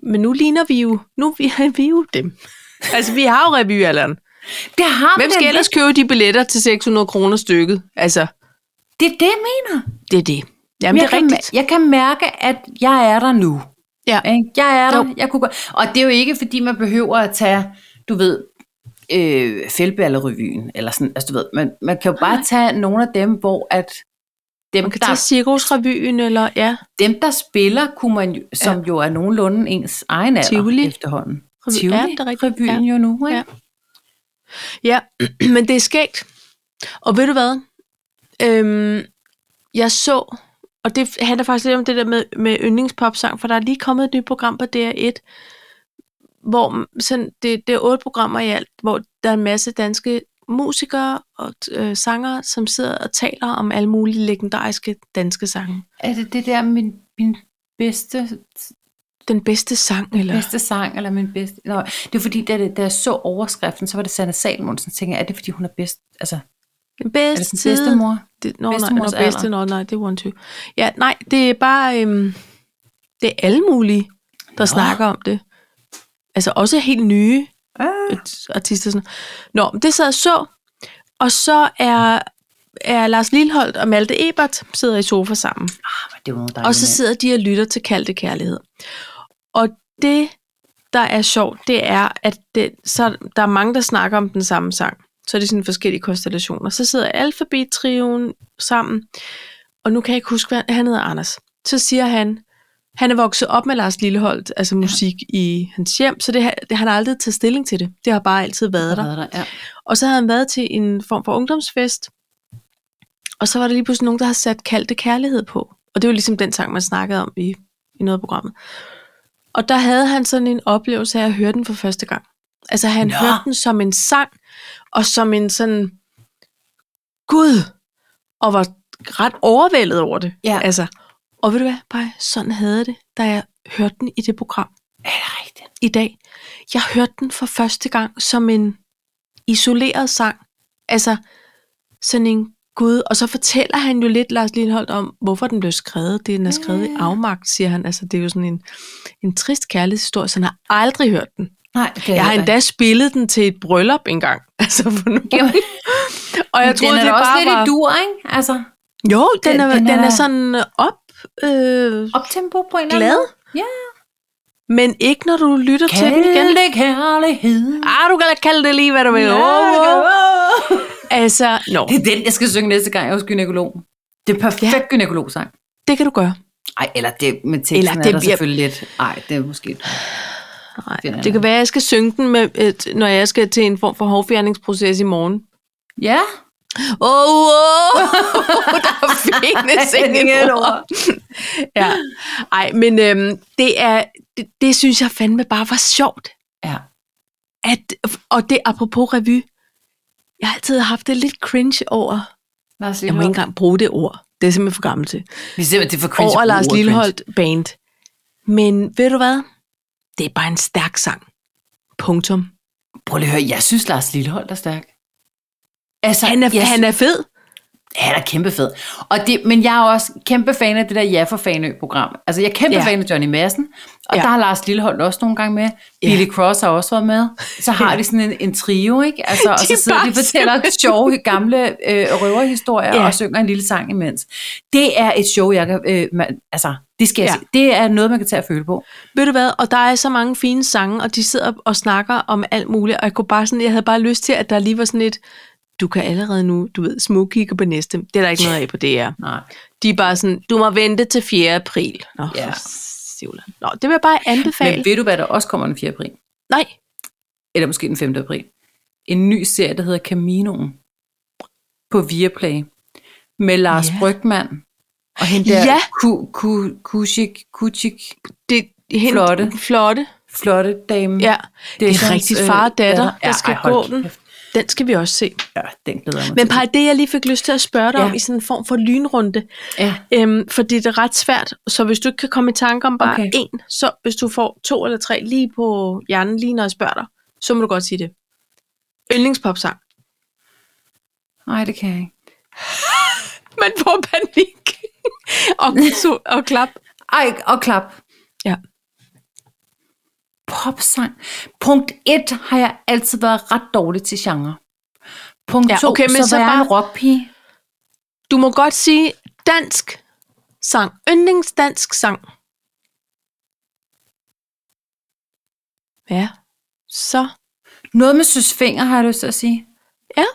Men nu ligner vi jo, nu er vi, vi er jo dem. altså, vi har jo revyalderen.
Det har
Hvem
man
skal
da
ellers købe de billetter til 600 kroner stykket? Altså,
lidt. Det er det, jeg mener.
Det er det. Jamen, det
jeg,
er rigtigt.
Kan, jeg kan mærke, at jeg er der nu.
Ja.
Ikke? Jeg er der.
Jo.
Jeg kunne godt. Og det er jo ikke, fordi man behøver at tage, du ved, øh, Fældballerevyen, eller sådan, altså du ved, man, man kan jo bare
Nej.
tage nogle af dem, hvor at dem,
Man kan
der,
tage cirkusrevyen, eller ja,
dem der spiller, kunne man, jo- som ja. jo er nogenlunde ens egen alder
Tivoli.
efterhånden.
Revy-
Tivoli,
ja, det er rigtigt.
revyen jo nu, ikke?
Ja. ja. men det er skægt. Og ved du hvad? Øhm, jeg så, og det handler faktisk lidt om det der med, med yndlingspopsang, for der er lige kommet et nyt program på DR1, hvor m- sådan, det, det er otte programmer i alt, hvor der er en masse danske musikere og øh, sangere, som sidder og taler om alle mulige legendariske danske sange.
Er det det der min, min bedste
Den bedste sang, eller...
bedste sang, eller min bedste... Nå, det er fordi, da, det- da jeg så overskriften, så var det Sanne Salmonsen, så tænkte jeg, er det fordi, hun er bedst... Altså,
Den bedste,
Er det sin bedstemor?
Det, nå,
Bedstemors
nej, nå, bedste,
alder.
nå, nej, det er one two. Ja, nej, det er bare, øhm, det er alle mulige, der nå. snakker om det. Altså også helt nye
Ah.
øh, artister. Sådan. Nå, men det sad jeg så, og så er, er Lars Lilholdt og Malte Ebert sidder i sofa sammen.
Ah, men det var nogle
Og så sidder de og lytter til Kaldte Kærlighed. Og det, der er sjovt, det er, at det, så, der er mange, der snakker om den samme sang. Så er det sådan forskellige konstellationer. Så sidder alfabet-trioen sammen, og nu kan jeg ikke huske, hvad han hedder Anders. Så siger han, han er vokset op med Lars Lilleholdt, altså musik ja. i hans hjem, så det, har- det, han har aldrig taget stilling til det. Det har bare altid været der.
der. der. Ja.
Og så havde han været til en form for ungdomsfest. Og så var der lige pludselig nogen, der havde sat Kaldte Kærlighed på. Og det var ligesom den sang, man snakkede om i, i noget af programmet. Og der havde han sådan en oplevelse af at høre den for første gang. Altså han
Nå.
Nå. hørte den som en sang, og som en sådan, Gud, og var ret overvældet over det.
Ja.
Altså, og ved du hvad, bare sådan havde det, da jeg hørte den i det program
Er det rigtigt?
i dag. Jeg hørte den for første gang som en isoleret sang. Altså sådan en gud. Og så fortæller han jo lidt, Lars Lindholdt, om, hvorfor den blev skrevet. Det er, den er skrevet i
Ja.
afmagt, siger han. Altså det er jo sådan en, en trist kærlighedshistorie, så han har aldrig hørt den.
Nej, det kan
Jeg har
heller
endda spillet den til et bryllup engang. Altså for nu.
Jamen,
Og jeg
ikke. den
troede,
er
det
da
bare
også lidt
var...
i dur, ikke? Altså,
Jo, den,
Den-
er,
den
den,
er
er,
da-
sådan op... Øh,
optempo på en eller anden
glad.
måde. Ja.
Men ikke når du lytter til den igen.
Kald det kærlighed.
Ah, du kan da kalde det lige, hvad du vil.
Ja,
Åh, åh.
åh.
Altså, nå,
Det er den, jeg skal synge næste gang, jeg er hos gynækologen. Det er perfekt ja. gynækologsang.
det kan du gøre.
Ej, eller det med teksten eller det
Eller det
er der
bliver-
selvfølgelig lidt. Ej, det er måske... Finder
Nej,
jeg
det
noget.
kan være, at jeg skal synge den, med, et, når jeg skal til en form for hårfjerningsproces i morgen.
Ja.
Åh, oh, oh, der er fine sengelord. ja. Ej, men øhm, det, er, det, det synes jeg fandme bare var sjovt.
Ja.
At, og det apropos revy. Jeg har altid haft det lidt cringe over.
Lars
Jeg må ikke
Lillehold.
engang bruge det ord. Det er simpelthen for gammel til.
Vi er simpelthen det er for cringe.
Over
at bruge
Lars
ordet
Lilleholdt Band. Men ved du hvad? Det er bare en stærk sang. Punktum.
cringe. Prøv lige at høre, jeg synes, Lars Lillehold er stærk. Altså,
Han er,
jeg,
han er fed.
han er kæmpe fed. Og det, men jeg er også kæmpe fan af det der Ja for Fanø-program. Altså, jeg er kæmpe ja.
Ja.
fan af Johnny Madsen, og ja.
Ja.
der har Lars Lillehold også nogle gange med. Ja.
Ja.
Billy Cross har også været med. Så har de sådan en, en trio, ikke? Altså, og
De er
så sidder de og
bare
fortæller
simpelthen-
sjove gamle øh, røverhistorier ja.
Ja.
og synger en lille sang imens. Det er et show, jeg kan... Øh, man, altså, det skal jeg
Ja.
sige. Det er noget, man kan tage at føle på.
Ved du hvad, og der er så mange fine sange, og de sidder og snakker om alt muligt, og jeg, kunne bare sådan, jeg havde bare lyst til, at der lige var sådan et, du kan allerede nu, du ved, smugkigge på næste. Det er der ikke noget af på DR.
Nej.
De er bare sådan, du må vente til 4. april. Nå,
Ja.
ja. Nå det vil jeg bare anbefale.
Men ved du, hvad der også kommer den 4. april?
Nej,
Eller måske den 5. april? En ny serie, der hedder Caminoen på Viaplay med Lars
Ja.
Brygmann og hende der
Ja.
ku, ku, kuchik, kuchik,
det er helt
Flotte.
flotte.
flotte dame.
Ja. Det er, det er
sådan,
rigtig
øh,
far og datter, der
Ja,
skal
ej, hold
gå den.
kæft.
Den skal vi også se.
Ja, den glæder jeg mig
Men
til.
Paj, det jeg lige fik lyst til at spørge dig
Ja.
ja. om i sådan en form for lynrunde,
Ja.
Øhm, fordi det er ret svært, så hvis du ikke kan komme i tanke om bare
Okay.
okay. én, så hvis du får to eller tre lige på hjernen, lige når jeg spørger dig, så må du godt sige det. Yndlingspopsang.
Nej, det kan jeg ikke.
Man får panik. og, så, og klap.
Ej, og klap.
Ja.
Popsang. Punkt 1 har jeg altid været ret dårlig til genre. Punkt 2,
Ja,
ja, okay, men så, så var jeg en rockpige.
Du må godt sige dansk sang. Yndlingsdansk sang. Ja. Så.
Noget med Søs Finger, har jeg lyst til at sige.
Ja.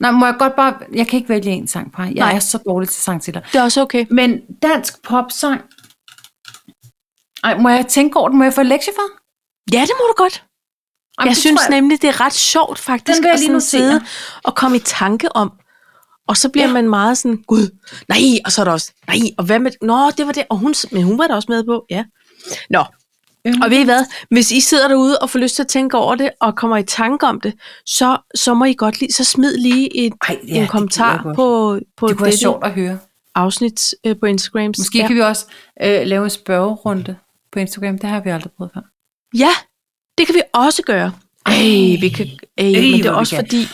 Nej, må jeg godt bare... Jeg kan ikke vælge en sang, par. Jeg Nej.
Nej.
er så dårlig til sangtitler.
Det er også okay.
Men dansk popsang... Ej, må jeg tænke over den? Må jeg få lektie for?
Ja, det må du godt.
Ej,
jeg
det
synes
tror
jeg... nemlig, det er ret sjovt faktisk
Den vil jeg
at
lige
sådan
notere.
sidde og komme i tanke om. Og så bliver
Ja.
ja. man meget sådan, gud, nej, og så er der også, nej, og hvad med, nå, det var det, og hun, men hun var der også med på, ja. Nå,
Øhm.
og ved I hvad, hvis I sidder derude og får lyst til at tænke over det, og kommer i tanke om det, så, så må I godt lige, så smid lige et,
Ej, ja,
Ej,
det
ja,
gider
en kommentar
jeg godt.
på, på
Det kunne være
dette
sjovt at høre.
afsnit øh, på Instagram.
Måske ja. kan vi også øh, lave en spørgerunde på Instagram. Det har vi aldrig prøvet før.
Ja, det kan vi også gøre. Ej, vi kan, ej, men det
hvor
er
vi
også
kan.
fordi,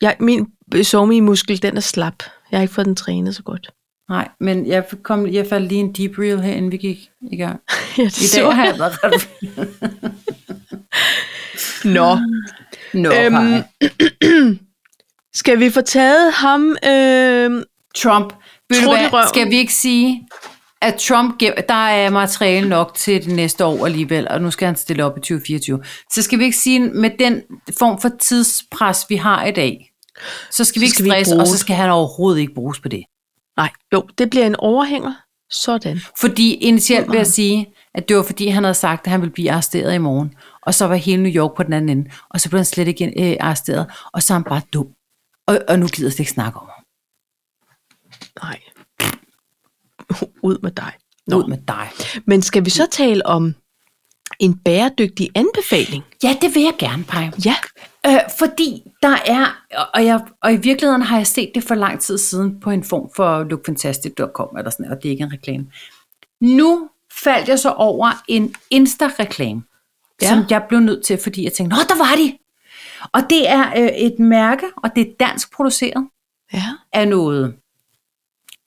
Jeg, min somi-muskel, den er slap. Jeg har ikke fået den trænet så godt.
Nej, men jeg, kom, jeg faldt lige en deep reel her, inden vi gik i gang.
Ja, det
I dag har jeg været ret...
Nå.
Nå,
Øhm,
øhm,
skal vi få taget ham? Øhm,
Trump. Ved du
Trut i
hvad,
røven.
skal vi ikke sige, at Trump, gem- der er materiale nok til det næste år alligevel, og nu skal han stille op i 2024. Så skal vi ikke sige, med den form for tidspres, vi har i dag, så skal vi ikke
skal vi ikke
stresse,
bruge
og så
det.
skal han overhovedet ikke bruges på det.
nej, jo, det bliver en overhænger. Sådan.
Fordi initialt vil jeg sige, at det var fordi, han havde sagt, at han ville blive arresteret i morgen. Og så var hele New York på den anden ende. Og så blev han slet ikke øh, arresteret. Og så er han bare dum. Og, og nu gider jeg slet ikke snakke om ham.
Nej. Ud med dig.
Ud med dig.
Men skal vi så tale om en bæredygtig anbefaling?
Ja, det vil jeg gerne, Paj.
Ja.
Øh, fordi der er, og- og, jeg, og i virkeligheden har jeg set det for lang tid siden på en form for lookfantastic.com eller sådan, og det er ikke en reklame. Nu faldt jeg så over en Insta-reklame, ja.
Ja.
som jeg blev nødt til, fordi jeg tænkte, nå, der var de! Og det er øh, et mærke, og det er dansk produceret
Ja.
af noget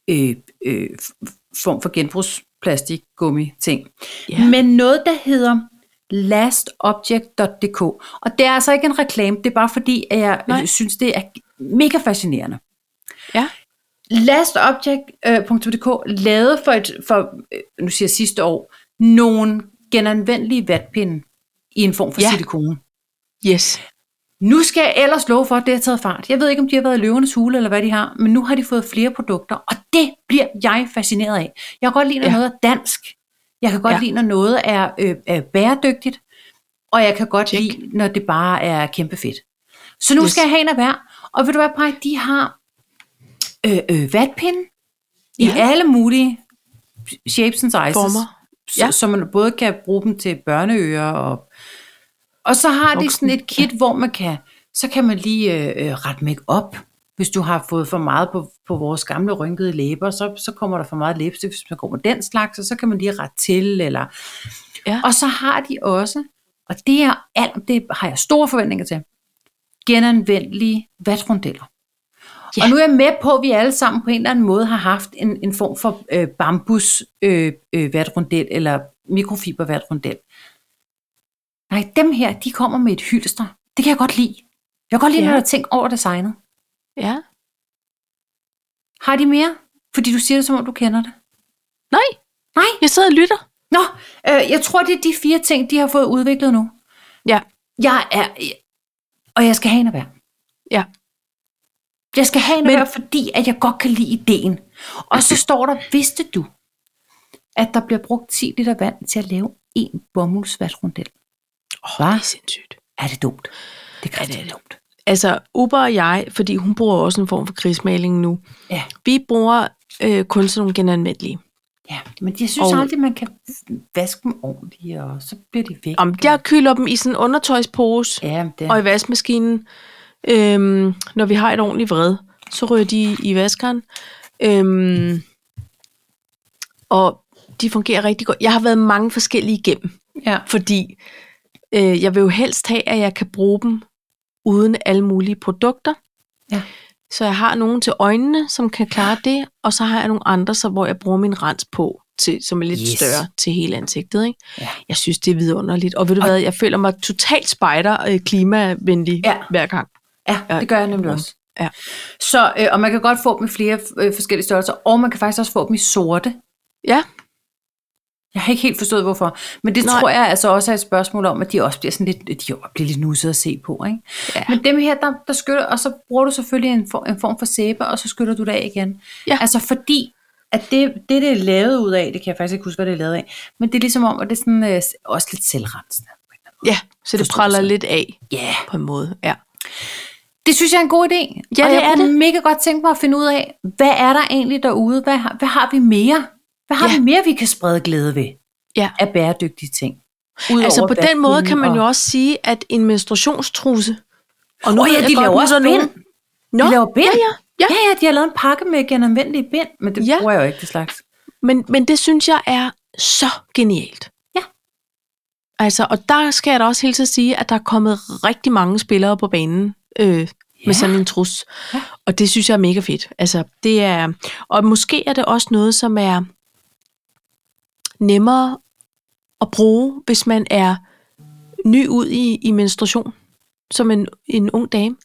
øh, øh, f- form for genbrugsplastik, gummi, ting.
Ja.
Ja. Men noget, der hedder lastobject.dk. Og det er altså ikke en reklame, det er bare fordi, at jeg
Nej.
Nej. synes, det er mega fascinerende. øh,
Ja.
Lastobject.dk lavede for, et, for øh, nu siger jeg sidste år, nogle genanvendelige vatpinde i en form for
Ja.
ja. silikone.
Yes.
Nu skal jeg ellers love for, at det har taget fart. Jeg ved ikke, om de har været i løvernes hule, eller hvad de har, men nu har de fået flere produkter, og det bliver jeg fascineret af. Jeg kan godt lide, når
Ja.
ja. noget er dansk. Jeg kan godt
Ja.
ja. lide, når noget er, øh, er bæredygtigt, og jeg kan godt
Check.
Check. lide, når det bare er kæmpe fedt. Så nu
Yes.
yes. skal jeg have en af hver, og ved du hvad, Paj, de har øh, øh, vatpinde ja. i
Ja.
alle mulige shapes and sizes.
Former.
Ja.
Ja.
Så, så man både kan bruge dem til børneører og og så har de
Voksen,
sådan et kit, hvor man kan, så kan man lige øh, øh, rette make op. Hvis du har fået for meget på, på vores gamle rynkede læber, så, så kommer der for meget læbestift, hvis man går med den slags, og så kan man lige rette til. Eller...
Ja.
Og så har de også, og det, er alt, det har jeg store forventninger til, genanvendelige vatrundeller.
Ja.
Ja. Og nu er jeg med på, at vi alle sammen på en eller anden måde har haft en, en form for øh, bambus øh, øh, vatrundel, eller mikrofiber vatrundel. Nej, dem her, de kommer med et hylster. Det kan jeg godt lide. Jeg kan godt lide,
Ja.
ja. når jeg tænker over designet.
Ja.
Har de mere? Fordi du siger det, som om du kender det.
Nej.
Nej.
Jeg sidder og lytter.
Nå, øh, jeg tror, det er de fire ting, de har fået udviklet nu.
Ja.
Jeg er... Og jeg skal have en af hver.
Ja.
Jeg skal have en af
Men-
hver, fordi at jeg godt kan lide ideen. Og så står der, vidste du, at der bliver brugt 10 liter vand til at lave en bomuldsvatrundel?
Åh,
Hva?
det er sindssygt.
Er det dumt? Det kan
Ja, det er
det dumt.
Altså, Uber og jeg, fordi hun bruger også en form for krigsmaling nu,
Ja.
vi bruger øh, kun sådan nogle genanvendelige.
Ja, men jeg synes
Og-
og... aldrig, man kan vaske dem ordentligt, og så bliver de væk.
Om jeg kyler dem i sådan en undertøjspose
Ja, men det
og i vaskemaskinen, øhm, når vi har et ordentligt vred, så rører de i vaskeren. Øhm, og de fungerer rigtig godt. Jeg har været mange forskellige igennem.
ja.
fordi øh, jeg vil jo helst have, at jeg kan bruge dem uden alle mulige produkter.
Ja.
Så jeg har nogen til øjnene, som kan klare det, og så har jeg nogle andre, så, hvor jeg bruger min rens på, til, som er lidt yes.
Yes.
større til hele ansigtet. Ikke?
Ja.
Jeg synes, det er vidunderligt. Og ved du hvad, jeg føler mig totalt spider øh, klimavenlig
Ja.
hver gang. Ja,
Ja, det gør jeg nemlig også.
ja.
Så, øh, og man kan godt få dem i flere øh, forskellige størrelser, og man kan faktisk også få dem i sorte.
Ja,
Jeg har ikke helt forstået, hvorfor. Men det
Nej.
Nej. tror jeg altså også er et spørgsmål om, at de også bliver sådan lidt, de bliver lidt nussede at se på. Ikke?
Ja.
Men dem her, der, der skyller, og så bruger du selvfølgelig en, for, en form for sæbe, og så skyller du det af igen.
Ja.
Altså fordi, at det, det, det er lavet ud af, det kan jeg faktisk ikke huske, hvad det er lavet af, men det er ligesom om, at det er sådan, øh, også lidt selvrensende.
ja. så det
Forståelse.
praller lidt af
Ja. Yeah.
på en måde. Ja.
Det synes jeg er en god idé.
Ja,
og
det
jeg
er
kunne mega godt tænke mig at finde ud af, hvad er der egentlig derude? Hvad har, hvad har vi mere? Hvad har
Ja.
ja. vi mere, vi kan sprede glæde ved
Ja.
af bæredygtige ting? Udover
Altså på den måde
vatpinden
kan man
og-
jo også sige, at en menstruationstruse... Og
Åh
ved
ja,
jeg
de
godt,
laver
nu er
også
der nogen-
bind.
Nå,
De laver bind.
Ja, ja, ja.
Ja, ja, de har lavet en pakke med genanvendelige bind, men det
Ja.
ja. bruger jeg jo ikke, det slags.
Men, men det synes jeg er så genialt.
Ja.
Altså, og der skal jeg da også helt til at sige, at der er kommet rigtig mange spillere på banen øh, ja. med sådan en trus. Ja. Og det synes jeg er mega fedt. Altså, det er, og måske er det også noget, som er nemmere at bruge, hvis man er ny ud i, i menstruation, som en, en ung dame,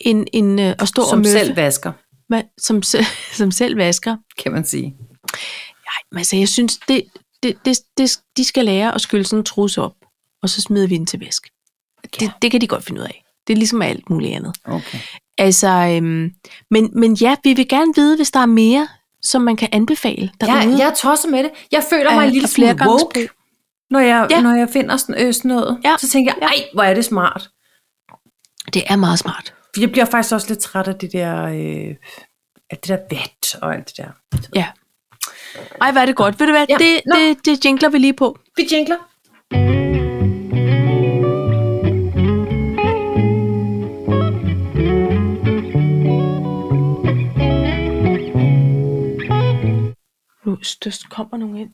en, en, øh, at stå og
Som
møffe,
selv vasker,
man, som, se- som selv vasker.
kan man sige.
Nej, men altså, jeg synes, det, det, det, det, de skal lære at skylle sådan en trus op, og så smider vi den til væsk.
Ja.
Det, det kan de godt finde ud af. Det er ligesom med alt muligt andet.
Okay.
Altså, øhm, men, men ja, vi vil gerne vide, hvis der er mere, som man kan anbefale derude.
Jeg, jeg er tosset med det. Jeg føler mig
Af-
en lille
af flere
smule woke,
gangsbrug.
når jeg, ja.
Ja.
når jeg finder sådan, øh, sådan noget.
Ja.
Så tænker jeg,
Ja.
ej, hvor er det smart.
Det er meget smart.
For jeg bliver faktisk også lidt træt af det der, øh, af det der vat og alt det der.
Ja. Ej, hvor er det godt. Ved du hvad,
Ja,
ja. det,
nå.
det, det jingler vi lige på.
Vi jingler.
Nu støst kommer nogen ind.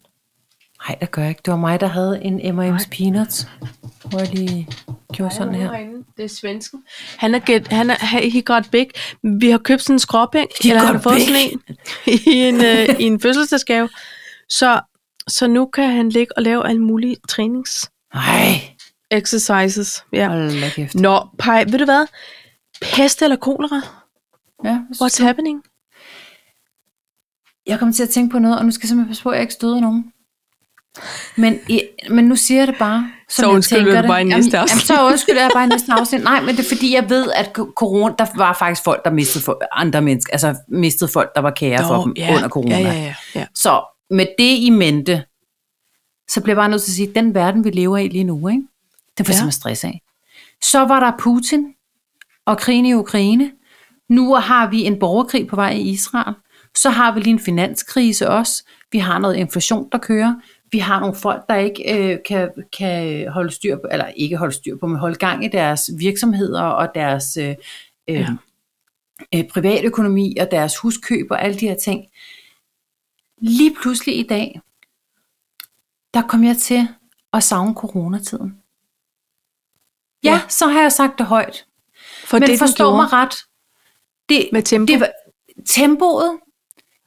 Nej, det gør jeg ikke. Det var mig, der havde en M&M's Peanuts. Hvor jeg lige gjorde sådan her.
Det er svensken. Han er, get, han er he, he got big. Vi har købt sådan en skråbænk,
He
eller han
got
har fået
big.
sådan en i en, øh, i en fødselsdagsgave. Så, så nu kan han ligge og lave alle mulige trænings
Nej,
exercises. Ja.
hold da kæft.
Nå, Paj, ved du hvad? Pest eller kolera?
Ja,
What's happening?
jeg kommer til at tænke på noget, og nu skal jeg simpelthen passe på, at jeg ikke støder nogen. Men, i, men nu siger jeg det bare, som
Så
jeg
undskylder
tænker
du bare i næste
jamen, jamen,
afsnit.
så undskylder jeg bare i næste afsnit. Nej, men det er fordi, jeg ved, at co- corona, der var faktisk folk, der mistede for, andre mennesker, altså mistede folk, der var kære for dem yeah. under corona.
Ja, ja, ja. ja.
Så med det i mente, så bliver jeg bare nødt til at sige, at den verden, vi lever i lige nu, ikke? den får ja.
Ja.
simpelthen stress af. Så var der Putin og krigen i Ukraine. Nu har vi en borgerkrig på vej i Israel. Så har vi lige en finanskrise også. Vi har noget inflation, der kører. Vi har nogle folk, der ikke øh, kan, kan holde styr på, eller ikke holde styr på, men holde gang i deres virksomheder og deres øh, øh,
Ja.
øh, privatøkonomi og deres huskøb og alle de her ting. Lige pludselig i dag, der kom jeg til at savne coronatiden. Ja, ja.
Ja.
så har jeg sagt det højt.
For
Men
den
forstå
gjorde
mig ret. Det,
Med tempo.
det var, tempoet, ja.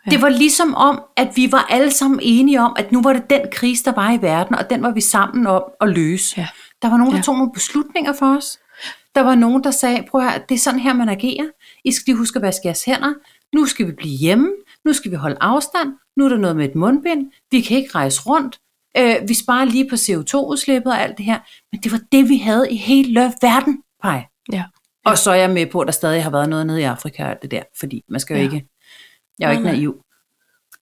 Ja.
det var ligesom om, at vi var alle sammen enige om, at nu var det den krise, der var i verden, og den var vi sammen om at løse.
Ja.
Der var nogen, der
Ja.
tog nogle beslutninger for os. Der var nogen, der sagde, prøv at høre, det er sådan her, man agerer. I skal lige huske at vaske jeres hænder. Nu skal vi blive hjemme. Nu skal vi holde afstand. Nu er der noget med et mundbind. Vi kan ikke rejse rundt. Øh, vi sparer lige på CO2-udslippet og alt det her. Men det var det, vi havde i hele verden, Paj.
Ja.
Og så er jeg med på, at der stadig har været noget nede i Afrika og alt det der, fordi man skal jo
Ja.
ikke, jeg er jo
Nej,
ikke
nej.
naiv.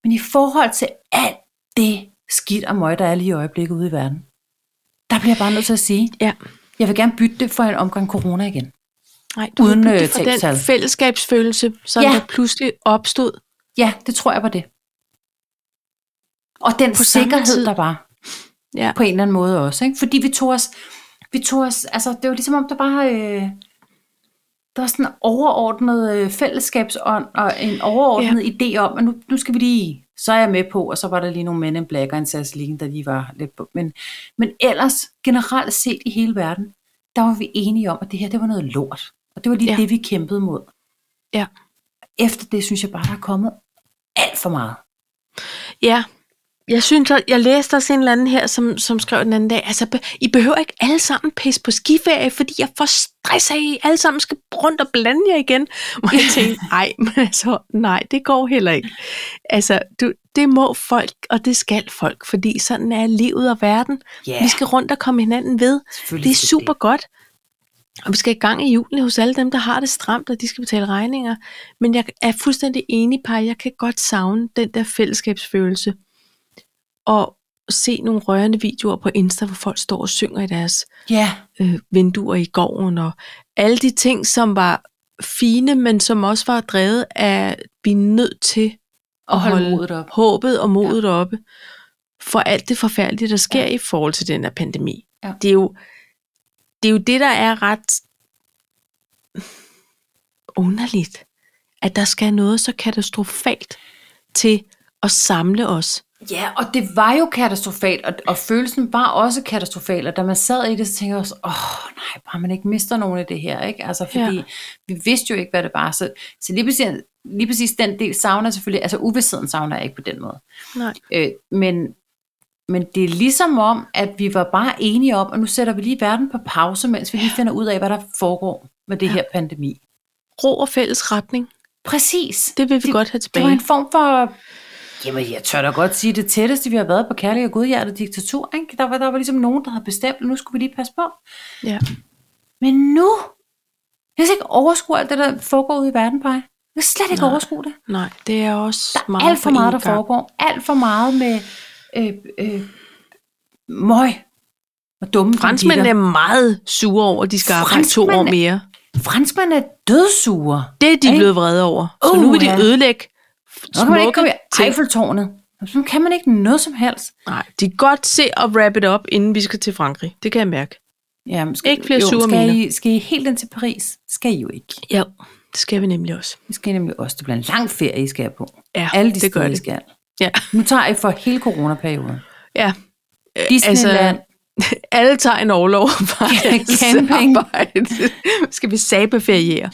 Men i forhold til alt det skidt og møg, der er lige i øjeblikket ude i verden, der bliver jeg bare nødt til at sige,
Ja.
jeg vil gerne bytte det for en omgang corona igen.
Nej, du
Uden, øh,
Uden øh, for
tabstal.
den fællesskabsfølelse, som
Ja.
ja. der pludselig opstod.
Ja, det tror jeg var det. Og den
På samme
sikkerhed,
tid.
der var.
Ja.
på en eller anden måde også. Ikke? Fordi vi tog os, vi tog os, altså det var ligesom om, der bare, øh, der var sådan en overordnet øh, fællesskabsånd, og en overordnet ja. idé om, at nu, nu skal vi lige, så er jeg med på, og så var der lige nogle Men in Black og en SAS der lige var lidt på. Men, men ellers, generelt set i hele verden, der var vi enige om, at det her, det var noget lort. Og det var lige ja.
Ja.
det, vi kæmpede mod.
Ja.
Efter det, synes jeg bare, der er kommet alt for meget.
Ja. Jeg synes, at jeg læste også en eller anden her, som, som skrev den anden dag, altså, be- I behøver ikke alle sammen pisse på skiferie, fordi jeg får stress af, at I alle sammen skal rundt og blande jer igen. Og jeg tænkte, nej, men altså, nej, det går heller ikke. Altså, du, det må folk, og det skal folk, fordi sådan er livet og verden.
Ja,
Vi skal rundt og komme hinanden ved.
selvfølgelig
Det er
skal
super godt. Og vi skal i gang i julen hos alle dem, der har det stramt, og de skal betale regninger. Men jeg er fuldstændig enig, Paj. Jeg kan godt savne den der fællesskabsfølelse. Og se nogle rørende videoer på Insta, hvor folk står og synger i deres
Ja,
øh, vinduer i gården. Og alle de ting, som var fine, men som også var drevet af, at vi er nødt til
og
at
holde
holde
modet op.
håbet og modet ja. oppe for alt det forfærdelige, der sker ja. i forhold til den her pandemi.
Ja.
Det, er jo, det er jo det, der er ret underligt, at der skal noget så katastrofalt til at samle os.
Ja, og det var jo katastrofalt, og, og følelsen var også katastrofal, og da man sad i det, så tænkte jeg også, åh oh, nej, bare man ikke mister nogen af det her, ikke? Altså, fordi
Ja.
ja. vi vidste jo ikke, hvad det var, så, så lige, præcis, lige præcis den del savner jeg selvfølgelig, altså uvidsheden savner jeg ikke på den måde.
Nej.
Øh, men, men det er ligesom om, at vi var bare enige om, at nu sætter vi lige verden på pause, mens vi lige finder ud af, hvad der foregår med det
Ja.
ja. her pandemi.
Ro og fælles retning,
Præcis.
det vil vi
Det-
godt have
Det var
tilbage.
en form for... Jamen, jeg tør da godt sige, det tætteste, vi har været på kærlighed og godhjertet diktatur, ikke? Der, var, der var ligesom nogen, der havde bestemt, at nu skulle vi lige passe på.
Ja.
Men nu... Jeg kan slet ikke overskue alt det, der foregår ude i verden, Paj. Jeg kan slet ikke
Nej.
overskue det.
Nej, det er også
Der er
meget
alt for
på
meget,
én
der
gang.
foregår. Alt for meget med øh, øh, møg og dumme
Franskmændene
banditter.
er meget sure over, at de skal arbejde to år
Franskmændene-
mere.
Franskmændene er dødsure.
Det er de
Ikke?
blevet vrede over. Så nu vil de
Uha.
ødelægge
Så kan man ikke
smukke
komme i
ting.
Eiffeltårnet. Så kan man ikke noget som helst.
Nej, de kan godt se at wrap it up, inden vi skal til Frankrig. Det kan jeg mærke.
Ja, men skal,
Ikke flere
jo,
sure
skal
miner.
I, skal I helt ind til Paris? Skal I jo ikke.
Ja, det skal vi nemlig også.
I skal nemlig også. Det bliver en lang ferie, I skal have på.
Ja,
Alle de
det gør
steder, I
det.
skal.
Ja.
Nu tager I for hele coronaperioden.
Ja.
Disneyland. Øh, Altså,
alle tager en overlov fra
Ja,
deres
camping.
arbejde. Skal vi sabeferiere?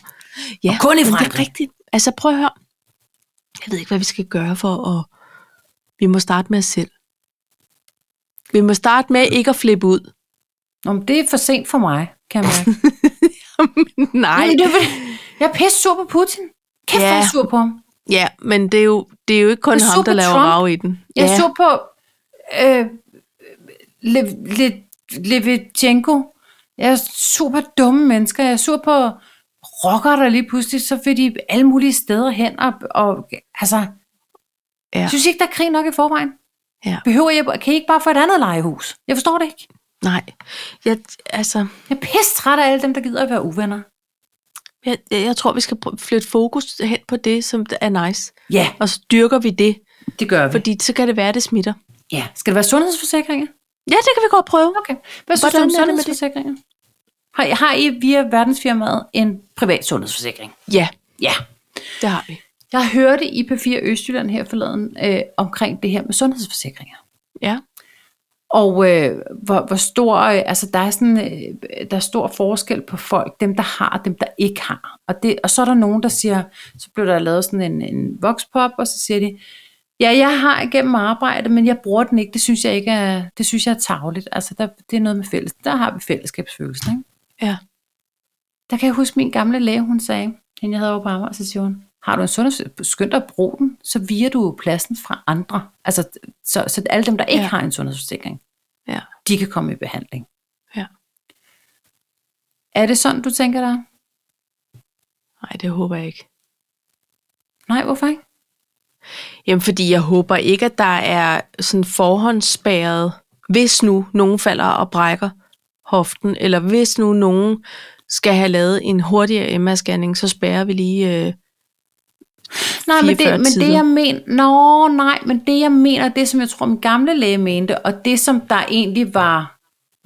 Ja,
Og kun i
men Det er
Frankrig.
rigtigt. Altså prøv at høre. Jeg ved ikke, hvad vi skal gøre for at... Vi må starte med os selv. Vi må starte med ikke at flippe ud.
Om det er for sent for mig, kan jeg mærke.
Nej.
Jamen, det er fordi- jeg er pisse sur på Putin. Kæft,
Ja.
ja. jeg er sur på ham.
Ja, men det er jo, det er jo ikke kun
Jeg så
ham,
på
der laver
Trump.
rag i den.
Jeg er
ja.
sur på øh, Le, Le, Levchenko. Jeg er super dumme mennesker. Jeg er sur på rockere, der lige pludselig, så vil de alle mulige steder hen. Og, og altså,
Ja.
ja. synes I ikke, der er krig nok i forvejen?
Ja.
Behøver jeg, kan I ikke bare få et andet legehus? Jeg forstår det ikke.
Nej. Jeg, altså,
Jeg er pisse træt af alle dem, der gider at være uvenner.
jeg, jeg jeg tror, vi skal pr- flytte fokus hen på det, som er nice.
Ja,
Og så dyrker vi det,
det gør vi. Fordi,
fordi så kan det være, det smitter.
ja. Skal det være sundhedsforsikringer?
Ja, det kan vi godt prøve.
Okay. Hvad synes
Hvordan
du om
er det med det?
sundhedsforsikringer? Har, I- har I via verdensfirmaet en privat sundhedsforsikring?
Ja,
Ja.
det har vi.
Jeg hørte i P4 Østjylland her forleden øh, omkring det her med sundhedsforsikringer.
Ja.
Og øh, hvor, hvor stor, øh, altså der er sådan, øh, der er stor forskel på folk, dem der har og dem der ikke har. Og, det, og så er der nogen, der siger, så blev der lavet sådan en, en voxpop, og så siger de, ja, jeg har igennem arbejde, men jeg bruger den ikke, det synes jeg ikke er, det synes jeg er tavligt. Altså der, det er noget med fælles, der har vi fællesskabsfølelsen, ikke?
Ja.
Der kan jeg huske min gamle læge, hun sagde, hende jeg havde over på Amager, så siger hun, har du en sundheds... Skynd dig at bruge den, så virer du jo pladsen fra andre. Altså, så, så alle dem, der ikke
Ja.
ja. har en sundhedsforsikring,
Ja.
de kan komme i behandling.
Ja.
Er det sådan, du tænker dig?
Nej, det håber jeg ikke.
Nej, hvorfor ikke?
Jamen, fordi jeg håber ikke, at der er sådan forhåndsspærret, hvis nu nogen falder og brækker hoften, eller hvis nu nogen skal have lavet en hurtigere MR-scanning, så spærrer vi lige... Øh,
Nej, men det,
44
men det
tider.
jeg mener, nå nej, men det jeg mener, det som jeg tror, min gamle læge mente, og det som der egentlig var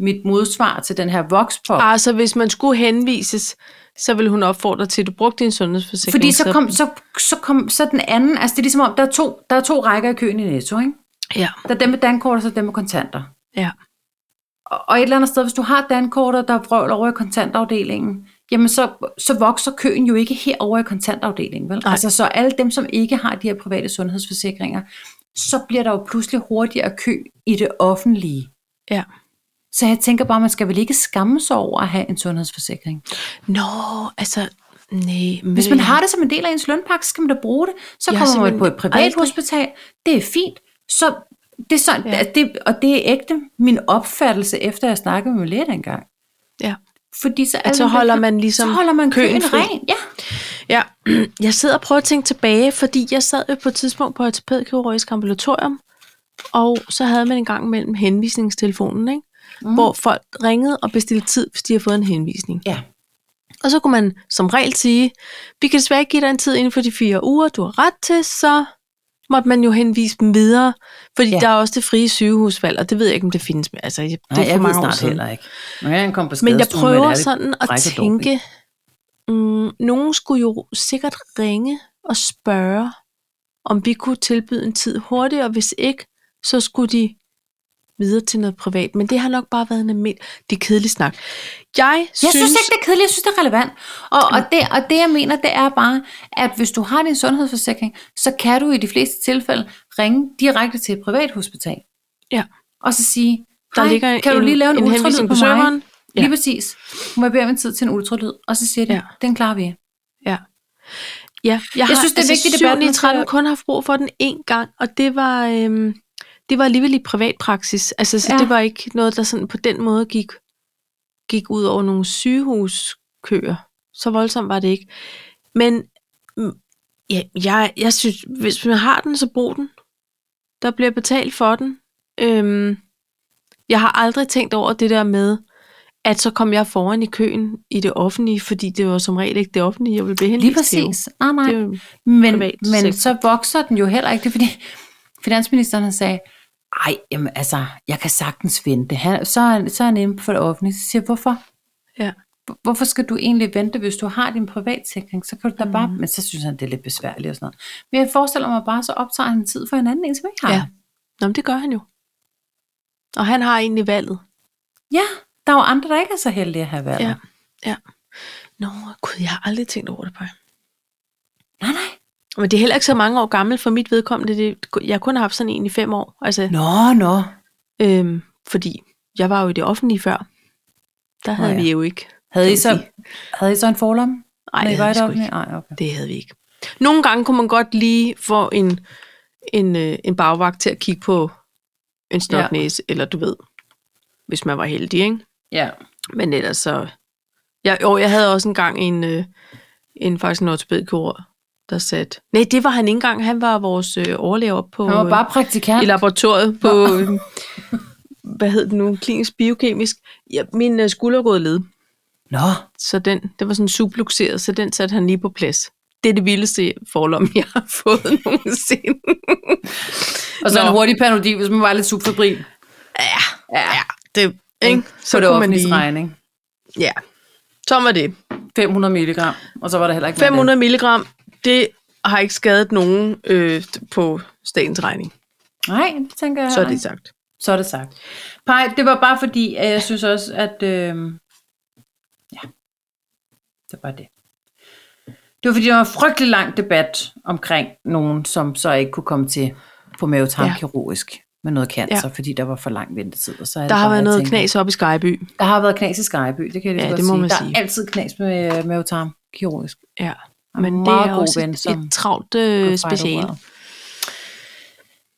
mit modsvar til den her voxpop,
altså, hvis man skulle henvises, så vil hun opfordre til, at du brugte din sundhedsforsikring.
Fordi så kom, så, så kom så den anden, altså det er ligesom om, der er to, der er to rækker i køen i Netto, ikke?
Ja,
Der er dem med dankort, og så er dem med kontanter.
ja.
Og, og et eller andet sted, hvis du har dankortet, der vrøvler over i kontantafdelingen, jamen så, så vokser køen jo ikke herover i kontantafdelingen, vel?
Nej.
Altså så alle dem, som ikke har de her private sundhedsforsikringer, så bliver der jo pludselig hurtigere kø i det offentlige.
Ja.
Så jeg tænker bare, man skal vel ikke skamme sig over at have en sundhedsforsikring.
Nå, altså... Nej, men
Hvis man har det som en del af ens lønpakke, så skal man da bruge det. Så
Øh. Jeg har
kommer man
simpelthen
på et privat
aldrig-
hospital. Det er fint. Så det er sådan,
Ja.
ja. det, og det er ægte min opfattelse, efter jeg snakkede med min læge dengang.
Ja.
Fordi så, alle
så
dem, der
holder
har-
man ligesom
så holder man køen,
køen fri.
ren. Ja.
Ja, jeg sidder og prøver at tænke tilbage, fordi jeg sad jo på et tidspunkt på et ortopædkirurgisk ambulatorium, og så havde man en gang mellem henvisningstelefonen, ikke? Mm. hvor folk ringede og bestilte tid, hvis de havde fået en henvisning.
ja.
Og så kunne man som regel sige, vi kan desværre ikke give dig en tid inden for de fire uger, du har ret til, så måtte man jo henvise dem videre, fordi ja.
Ja.
der er også det frie sygehusvalg, og det ved jeg ikke, om det findes mere. Altså, det er for mange år siden.
ikke. Men jeg, kom på
Men jeg prøver sådan at tænke, mm, nogen skulle jo sikkert ringe og spørge, om vi kunne tilbyde en tid hurtigere, og hvis ikke, så skulle de videre til noget privat. Men det har nok bare været en almindelig... Det er kedelig snak. Jeg,
Jeg synes ikke, det er kedeligt. Jeg synes, det er relevant. Og, og, det, og det, jeg mener, det er bare, at hvis du har din sundhedsforsikring, så kan du i de fleste tilfælde ringe direkte til et privathospital.
Ja.
Og så sige,
Der
der
ligger
ligger kan
en-
du lige lave en,
en
en ultralyd
henvisning
på
på serveren?
mig? Ja.
Ja.
Lige præcis. Må jeg bede om en tid til en ultralyd? Og så siger de,
Ja.
ja. den klarer vi.
Ja. Ja, jeg, har, altså
synes, det er vigtigt, at debatten
i
er
13
stor.
kun haft brug for den én gang, og det var, øhm, det var alligevel i privatpraksis. Altså, så ja.
Ja.
det var ikke noget, der sådan på den måde gik, gik ud over nogle sygehuskøer. Så voldsomt var det ikke. Men mm, ja, jeg, jeg synes, hvis man har den, så brug den. Der bliver betalt for den. Øhm, jeg har aldrig tænkt over det der med, at så kom jeg foran i køen i det offentlige, fordi det var som regel ikke det offentlige, jeg ville blive henvist
Lige
til. jo.
præcis. Nej, nej.
Det er jo-
Men,
privat
men
sektor.
så vokser den jo heller ikke. Det er fordi, finansministeren han sagde, ej, jamen, altså, jeg kan sagtens vente. Han, så, er han- så er han inde for det offentlige. Så siger jeg, hvorfor?
Ja.
Hvor- Hvorfor skal du egentlig vente, hvis du har din privatsikring? Så kan du da bare... Men så synes han, det er lidt besværligt og sådan noget. Men jeg forestiller mig bare, så optager han tid for en anden en, som ikke har.
Ja. Nå, men det gør han jo. Og han har egentlig valget.
ja, der er jo andre, der ikke er så heldige at have valgt.
Ja. ja. Nå, gud, jeg har aldrig tænkt over det, på.
Nej, nej.
Men det er heller ikke så mange år gammel for mit vedkommende. Det, jeg har kun haft sådan en i fem år. Altså,
Nå, nå.
øhm, fordi jeg var jo i det offentlige før. Der havde
ja.
vi jo ikke.
Havde I
kan man
så,
sige.
havde I så en forlomme? Nej,
Ej, det
det var
havde, vi
det
sgu ikke.
offentlige? Ej, okay.
det havde vi ikke. Nogle gange kunne man godt lige få en, en, øh, en bagvagt til at kigge på en snotnæse, ja. eller du ved, hvis man var heldig, ikke?
Ja.
Men ellers så... Jeg, jo, jeg havde også engang en, øh, en faktisk en ortopædkirurg, der satte... Nej, det var han ikke engang. Han var vores øh, overlever på,
Han var
øh,
bare praktikant.
i laboratoriet på... Øh, hvad hed det nu? Klinisk biokemisk. Ja, min øh, skulder er gået led,
Nå,
så den, det var sådan subluxeret, så den satte han lige på plads. Det er det vildeste forlom, jeg har fået nogensinde.
og så
Nå.
en hurtig panodi, hvis man var lidt subfabril.
Ja, ja det,
Ikke?
ikke?
på det
kunne man
offentlige
lige-
regning.
Ja, så var det.
500 milligram, og så var der heller ikke mere end det.
500 milligram, det har ikke skadet nogen øh, på statens regning.
Nej, det tænker jeg
Så er
heller
det
ikke.
sagt.
Så er det sagt. Nej, det var bare fordi, at jeg synes også, at... Øh, ja, det var bare det. Det var fordi, det var en frygtelig lang debat omkring nogen, som så ikke kunne komme til på mavetarmkirurgisk ja. med noget cancer, ja. fordi der var for lang ventetid. Og så er det
Der har
bare,
været
jeg
noget
tænker,
knas op i Skyby.
Der har været knas i Skyby, det kan jeg lige
Ja,
godt
det må
sige.
man
der
sige. Øh,
er altid knas med øh, mavetarmkirurgisk.
Ja.
er
Men
en
det
meget
er
god
også
ven,
et,
som
et travlt
Good
øh,
Fighter
speciale.
World.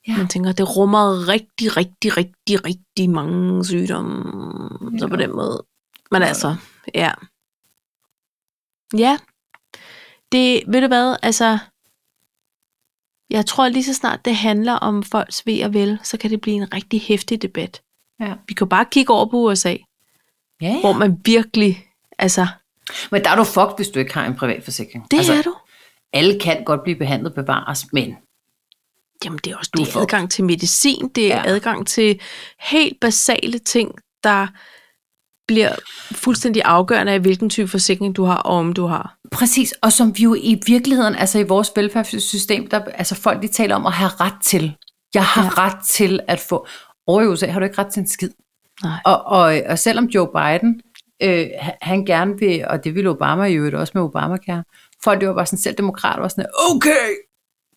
Ja. Man tænker, det rummer rigtig, rigtig, rigtig, rigtig mange sygdomme. Ja. Så
Ja.
på den måde. Men
Ja.
altså, ja. Ja. Det, ved du hvad, altså... Jeg tror lige så snart det handler om folks ved og vel, så kan det blive en rigtig hæftig debat.
Ja.
Vi kan bare kigge over på USA,
Ja,
hvor man virkelig, altså,
Men der er du fucked, hvis du ikke har en privat forsikring.
det
altså,
altså, er du.
Alle kan godt blive behandlet bevares, men
Jamen, det er også
Du
det
er
er
fucked.
adgang til medicin, det er ja.
Ja.
adgang til helt basale ting, der bliver fuldstændig afgørende af, hvilken type forsikring du har, og om du har.
præcis, og som vi jo i virkeligheden, altså i vores velfærdssystem, der, altså folk de taler om at have ret til. Jeg har
Ja.
ja. ret til at få, over i USA har du ikke ret til en skid.
Nej.
Og, og, og selvom Joe Biden, øh, han- han gerne vil, og det ville Obama jo også med Obamacare, folk det var bare sådan selv demokrater, var sådan, okay,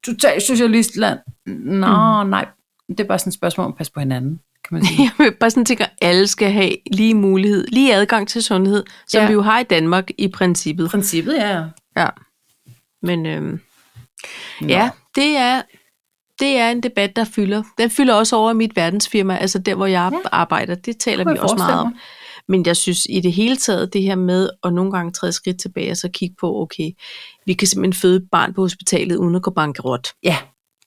totalt socialistland. Nå, mm. nej, det er bare sådan et spørgsmål om at passe på hinanden, kan man sige.
Jeg vil bare sådan tænker, at alle skal have lige mulighed, lige adgang til sundhed, som ja.
Ja.
vi jo har i Danmark i princippet.
princippet, ja.
Ja. Men øhm, ja, det er, det er en debat, der fylder. Den fylder også over i mit verdensfirma, altså der, hvor jeg ja.
Ja.
arbejder. Det taler
Kunne
vi
jeg
også meget
forestille
om. Men jeg synes i det hele taget, det her med at nogle gange træde et skridt tilbage og så kigge på, okay, vi kan simpelthen føde et barn på hospitalet uden at gå bankerot.
Ja,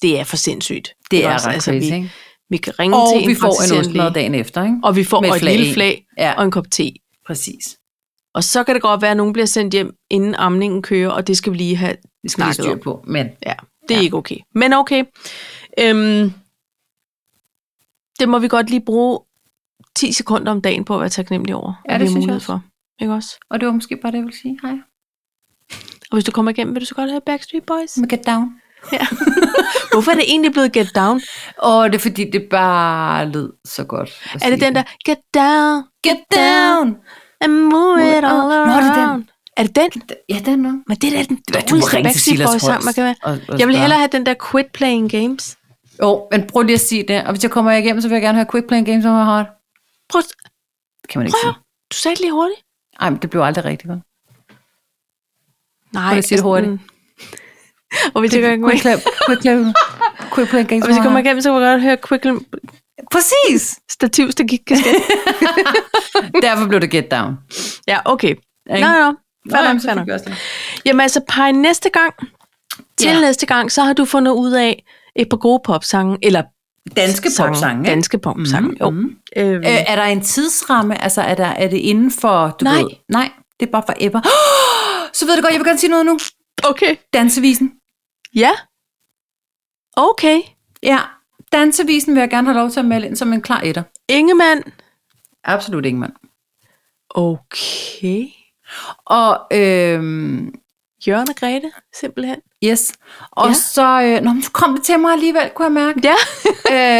Det er for sindssygt.
det
Ikke
er
også? altså,
ret crazy,
vi,
ikke?
vi kan ringe til
Og
en
vi får en
praktiserende
ostmad
læge,
dagen efter, ikke?
og vi får
med
og et
flag
lille
i.
flag
Ja.
og en kop te.
Præcis.
Og så kan det godt være, at nogen bliver sendt hjem, inden amningen kører, og det skal vi lige have
Det skal vi
snakket om.
styre på, men
Ja, det er ja.
Ja.
ikke okay. Men okay. Øhm, det må vi godt lige bruge 10 sekunder om dagen på at være taknemmelig over.
Ja,
at
det
vi har
synes jeg
mulighed
også.
for. Ikke også?
og det var måske bare det, jeg ville sige. Hej.
Og hvis du kommer igennem, vil du så godt have Backstreet Boys?
Men get down.
Ja. Hvorfor er det egentlig blevet Get Down?
Og det er fordi, det bare lød så godt. at
Er det
sige.
den der, Get Down
Get down!
and move it all
Nå, det er den.
around? Er det den?
Ja, den nu.
Men det er da den
Du må
dårligste
ringe til
Backstreet
Silas
Boys sang,
Holst.
man kan være.
og, og
Jeg vil
spørge.
hellere have den der Quit Playing Games.
Jo, men prøv lige at sige det. Og hvis jeg kommer igennem, så vil jeg gerne have Quick Playing Games on my heart.
Prøv, at-
Kan man ikke
prøv.
sige.
Du sagde det lige hurtigt.
Ej, men det blev aldrig rigtigt. vel?
Nej,
Prøv at sige det hurtigt.
mm. Og hvis jeg kommer
Quick
igennem,
Play- Quick Play- Quick Playing Games
og hvis jeg
on my
kommer
heart.
igennem, så kan man godt høre Quick
Præcis!
Stativ, der gik kasket.
Derfor blev det Get Down.
Ja, okay. Nå,
Ikke?
nå. Fair
Nå,
nok,
jamen, så
fair
fik
nok.
vi også det.
Jamen altså, pege næste gang. Til
Ja.
næste gang, så har du fundet ud af et par gode popsange, eller
Danske
sange,
popsange, ikke?
Danske popsange,
Mhm,
jo.
mhm.
Øhm,
Øh, er der en tidsramme? Altså, er, der, er det inden for, du
Nej.
ved? Nej. det er bare for æbber. Så ved du godt, jeg vil gerne sige noget nu.
okay.
Dansevisen.
Ja. Okay.
Ja, dansevisen vil jeg gerne have lov til at melde ind som en klar etter.
Ingemann.
Absolut ingen mand.
Okay.
Og, øhm,
Jørgen og Grete, simpelthen.
yes. Og
Ja.
ja. så, øh, nå, men så kom det til mig alligevel, kunne jeg mærke.
Ja.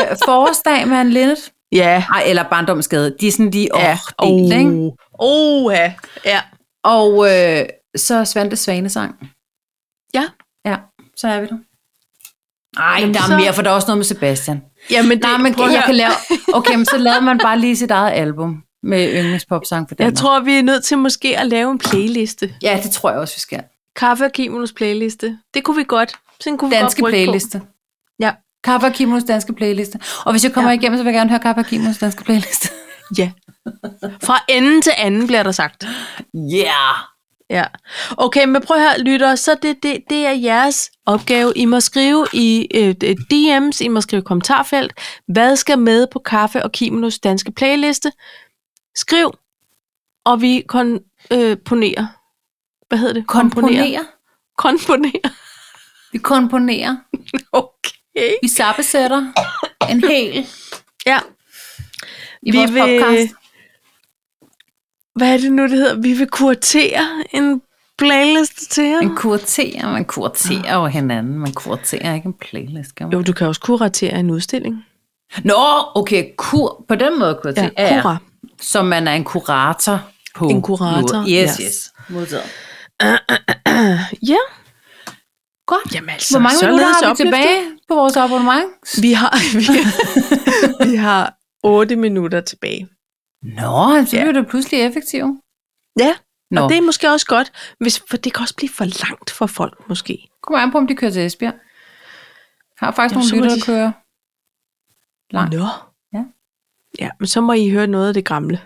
øh, forårsdag med en Linnet.
Ja.
Ej, eller barndomsskade. De er sådan lige, åh,
Ja.
ja. delt, oh. ikke?
Oh, ja. ja.
Og øh, så Svante Svanesang.
Ja.
Ja, så er vi der. Nej,
Jamen,
der er
så-
mere, for der er også noget med Sebastian.
Jamen, det,
Nej, men
prøv at
jeg
høre.
kan lave... Okay, men så lavede man bare lige sit eget album med yndlingspopsang for Danmark.
Jeg tror, vi er nødt til måske at lave en playliste.
Ja, det tror jeg også, vi skal.
Kaffe og Kimonos playliste. Det kunne vi godt. Sådan kunne vi
Danske
godt rykke på.
playliste.
Ja.
Kappa Kimonos danske playliste. Og hvis jeg kommer ja. igennem, så vil jeg gerne høre Kappa Kimonos danske playliste.
Ja. Fra ende til anden bliver der sagt.
Yeah!
Ja. Okay, men prøv her, lytter, så det, det, det er jeres opgave. I må skrive i øh, DM's, I må skrive i kommentarfelt, hvad skal med på Kaffe og Kimonos danske playliste? Skriv, og vi kon, øh, ponerer. Hvad hedder det?
Komponere.
Komponerer.
Vi komponerer.
Okay.
Vi sabbesætter en hel
Ja.
i vi vores vil... podcast.
Hvad er det nu, det hedder? Vi vil kurtere en playliste til jer.
Man kurterer, man kurterer jo hinanden. Man kurterer ikke en playlist, kan man?
Jo, du kan også kuratere en udstilling.
Nå, okay, kur, på den måde kurterer.
kura.
Så man er en kurator på
En kurator,
noget. Yes,
yes.
yes. yes. Modtaget.
Ja.
Godt.
Jamen altså,
Hvor mange minutter
således
har vi
opløftet.
tilbage på vores abonnement?
Vi har, vi, vi har 8 minutter tilbage.
Nå, så
Ja.
bliver det pludselig effektivt.
Ja,
Nå,
og det er måske også godt, hvis, for det kan også blive for langt for folk måske.
kommer an på, om de kører til Esbjerg. Jeg har faktisk
Jamen, så
nogle
må
lytter,
de-
der kører. Langt.
Nå.
Ja.
Ja, men så må I høre noget af det gamle.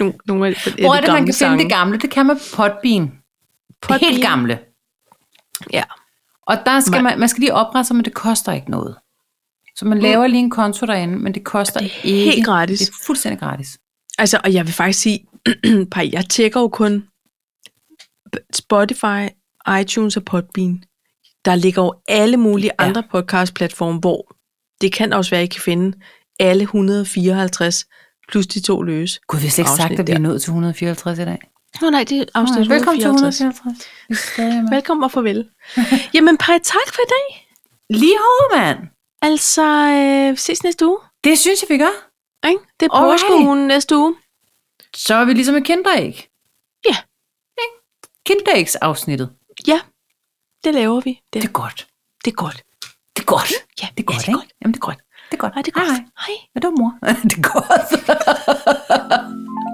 Nogle, nogle af, af
Hvor er det,
de
man
gamle
kan
sange.
finde det gamle? Det kan man på Podbean. Podbean.
Podbean.
Helt gamle.
Ja.
Og der skal
Man-
man, man skal lige oprette sig, men det koster ikke noget. Så man laver lige en konto derinde, men det koster det
er
ikke.
helt gratis.
Det er fuldstændig gratis.
Altså, og jeg vil faktisk sige, par, jeg tjekker jo kun Spotify, iTunes og Podbean. Der ligger jo alle mulige
Ja.
andre podcastplatforme, hvor det kan også være, at I kan finde alle 154 plus de to løse.
Gud, vi har slet ikke sagt,
Afsnit
at vi er
der.
nået til 154 i dag.
Nå nej, det er
Nej,
afsnit
Velkommen til
154.
154. Vi er stadig med.
Velkommen og farvel. Jamen, par, tak for i dag.
Lige hoved, mand.
Altså, øh, ses næste uge.
Det synes jeg, vi gør.
Ikke? Det er
Alright.
påskeugen næste uge.
Så er vi ligesom et kinderæg.
Ja.
Ikke? Kinderægsafsnittet.
Ja, det laver vi. Det,
Det er godt.
det er godt.
Det er godt.
Ja,
Det er godt,
ja, det er
ikke?
godt.
Jamen, det er godt. Det er godt.
Ej, det er godt.
Hej.
Hej.
Hvad er du, mor? det er godt.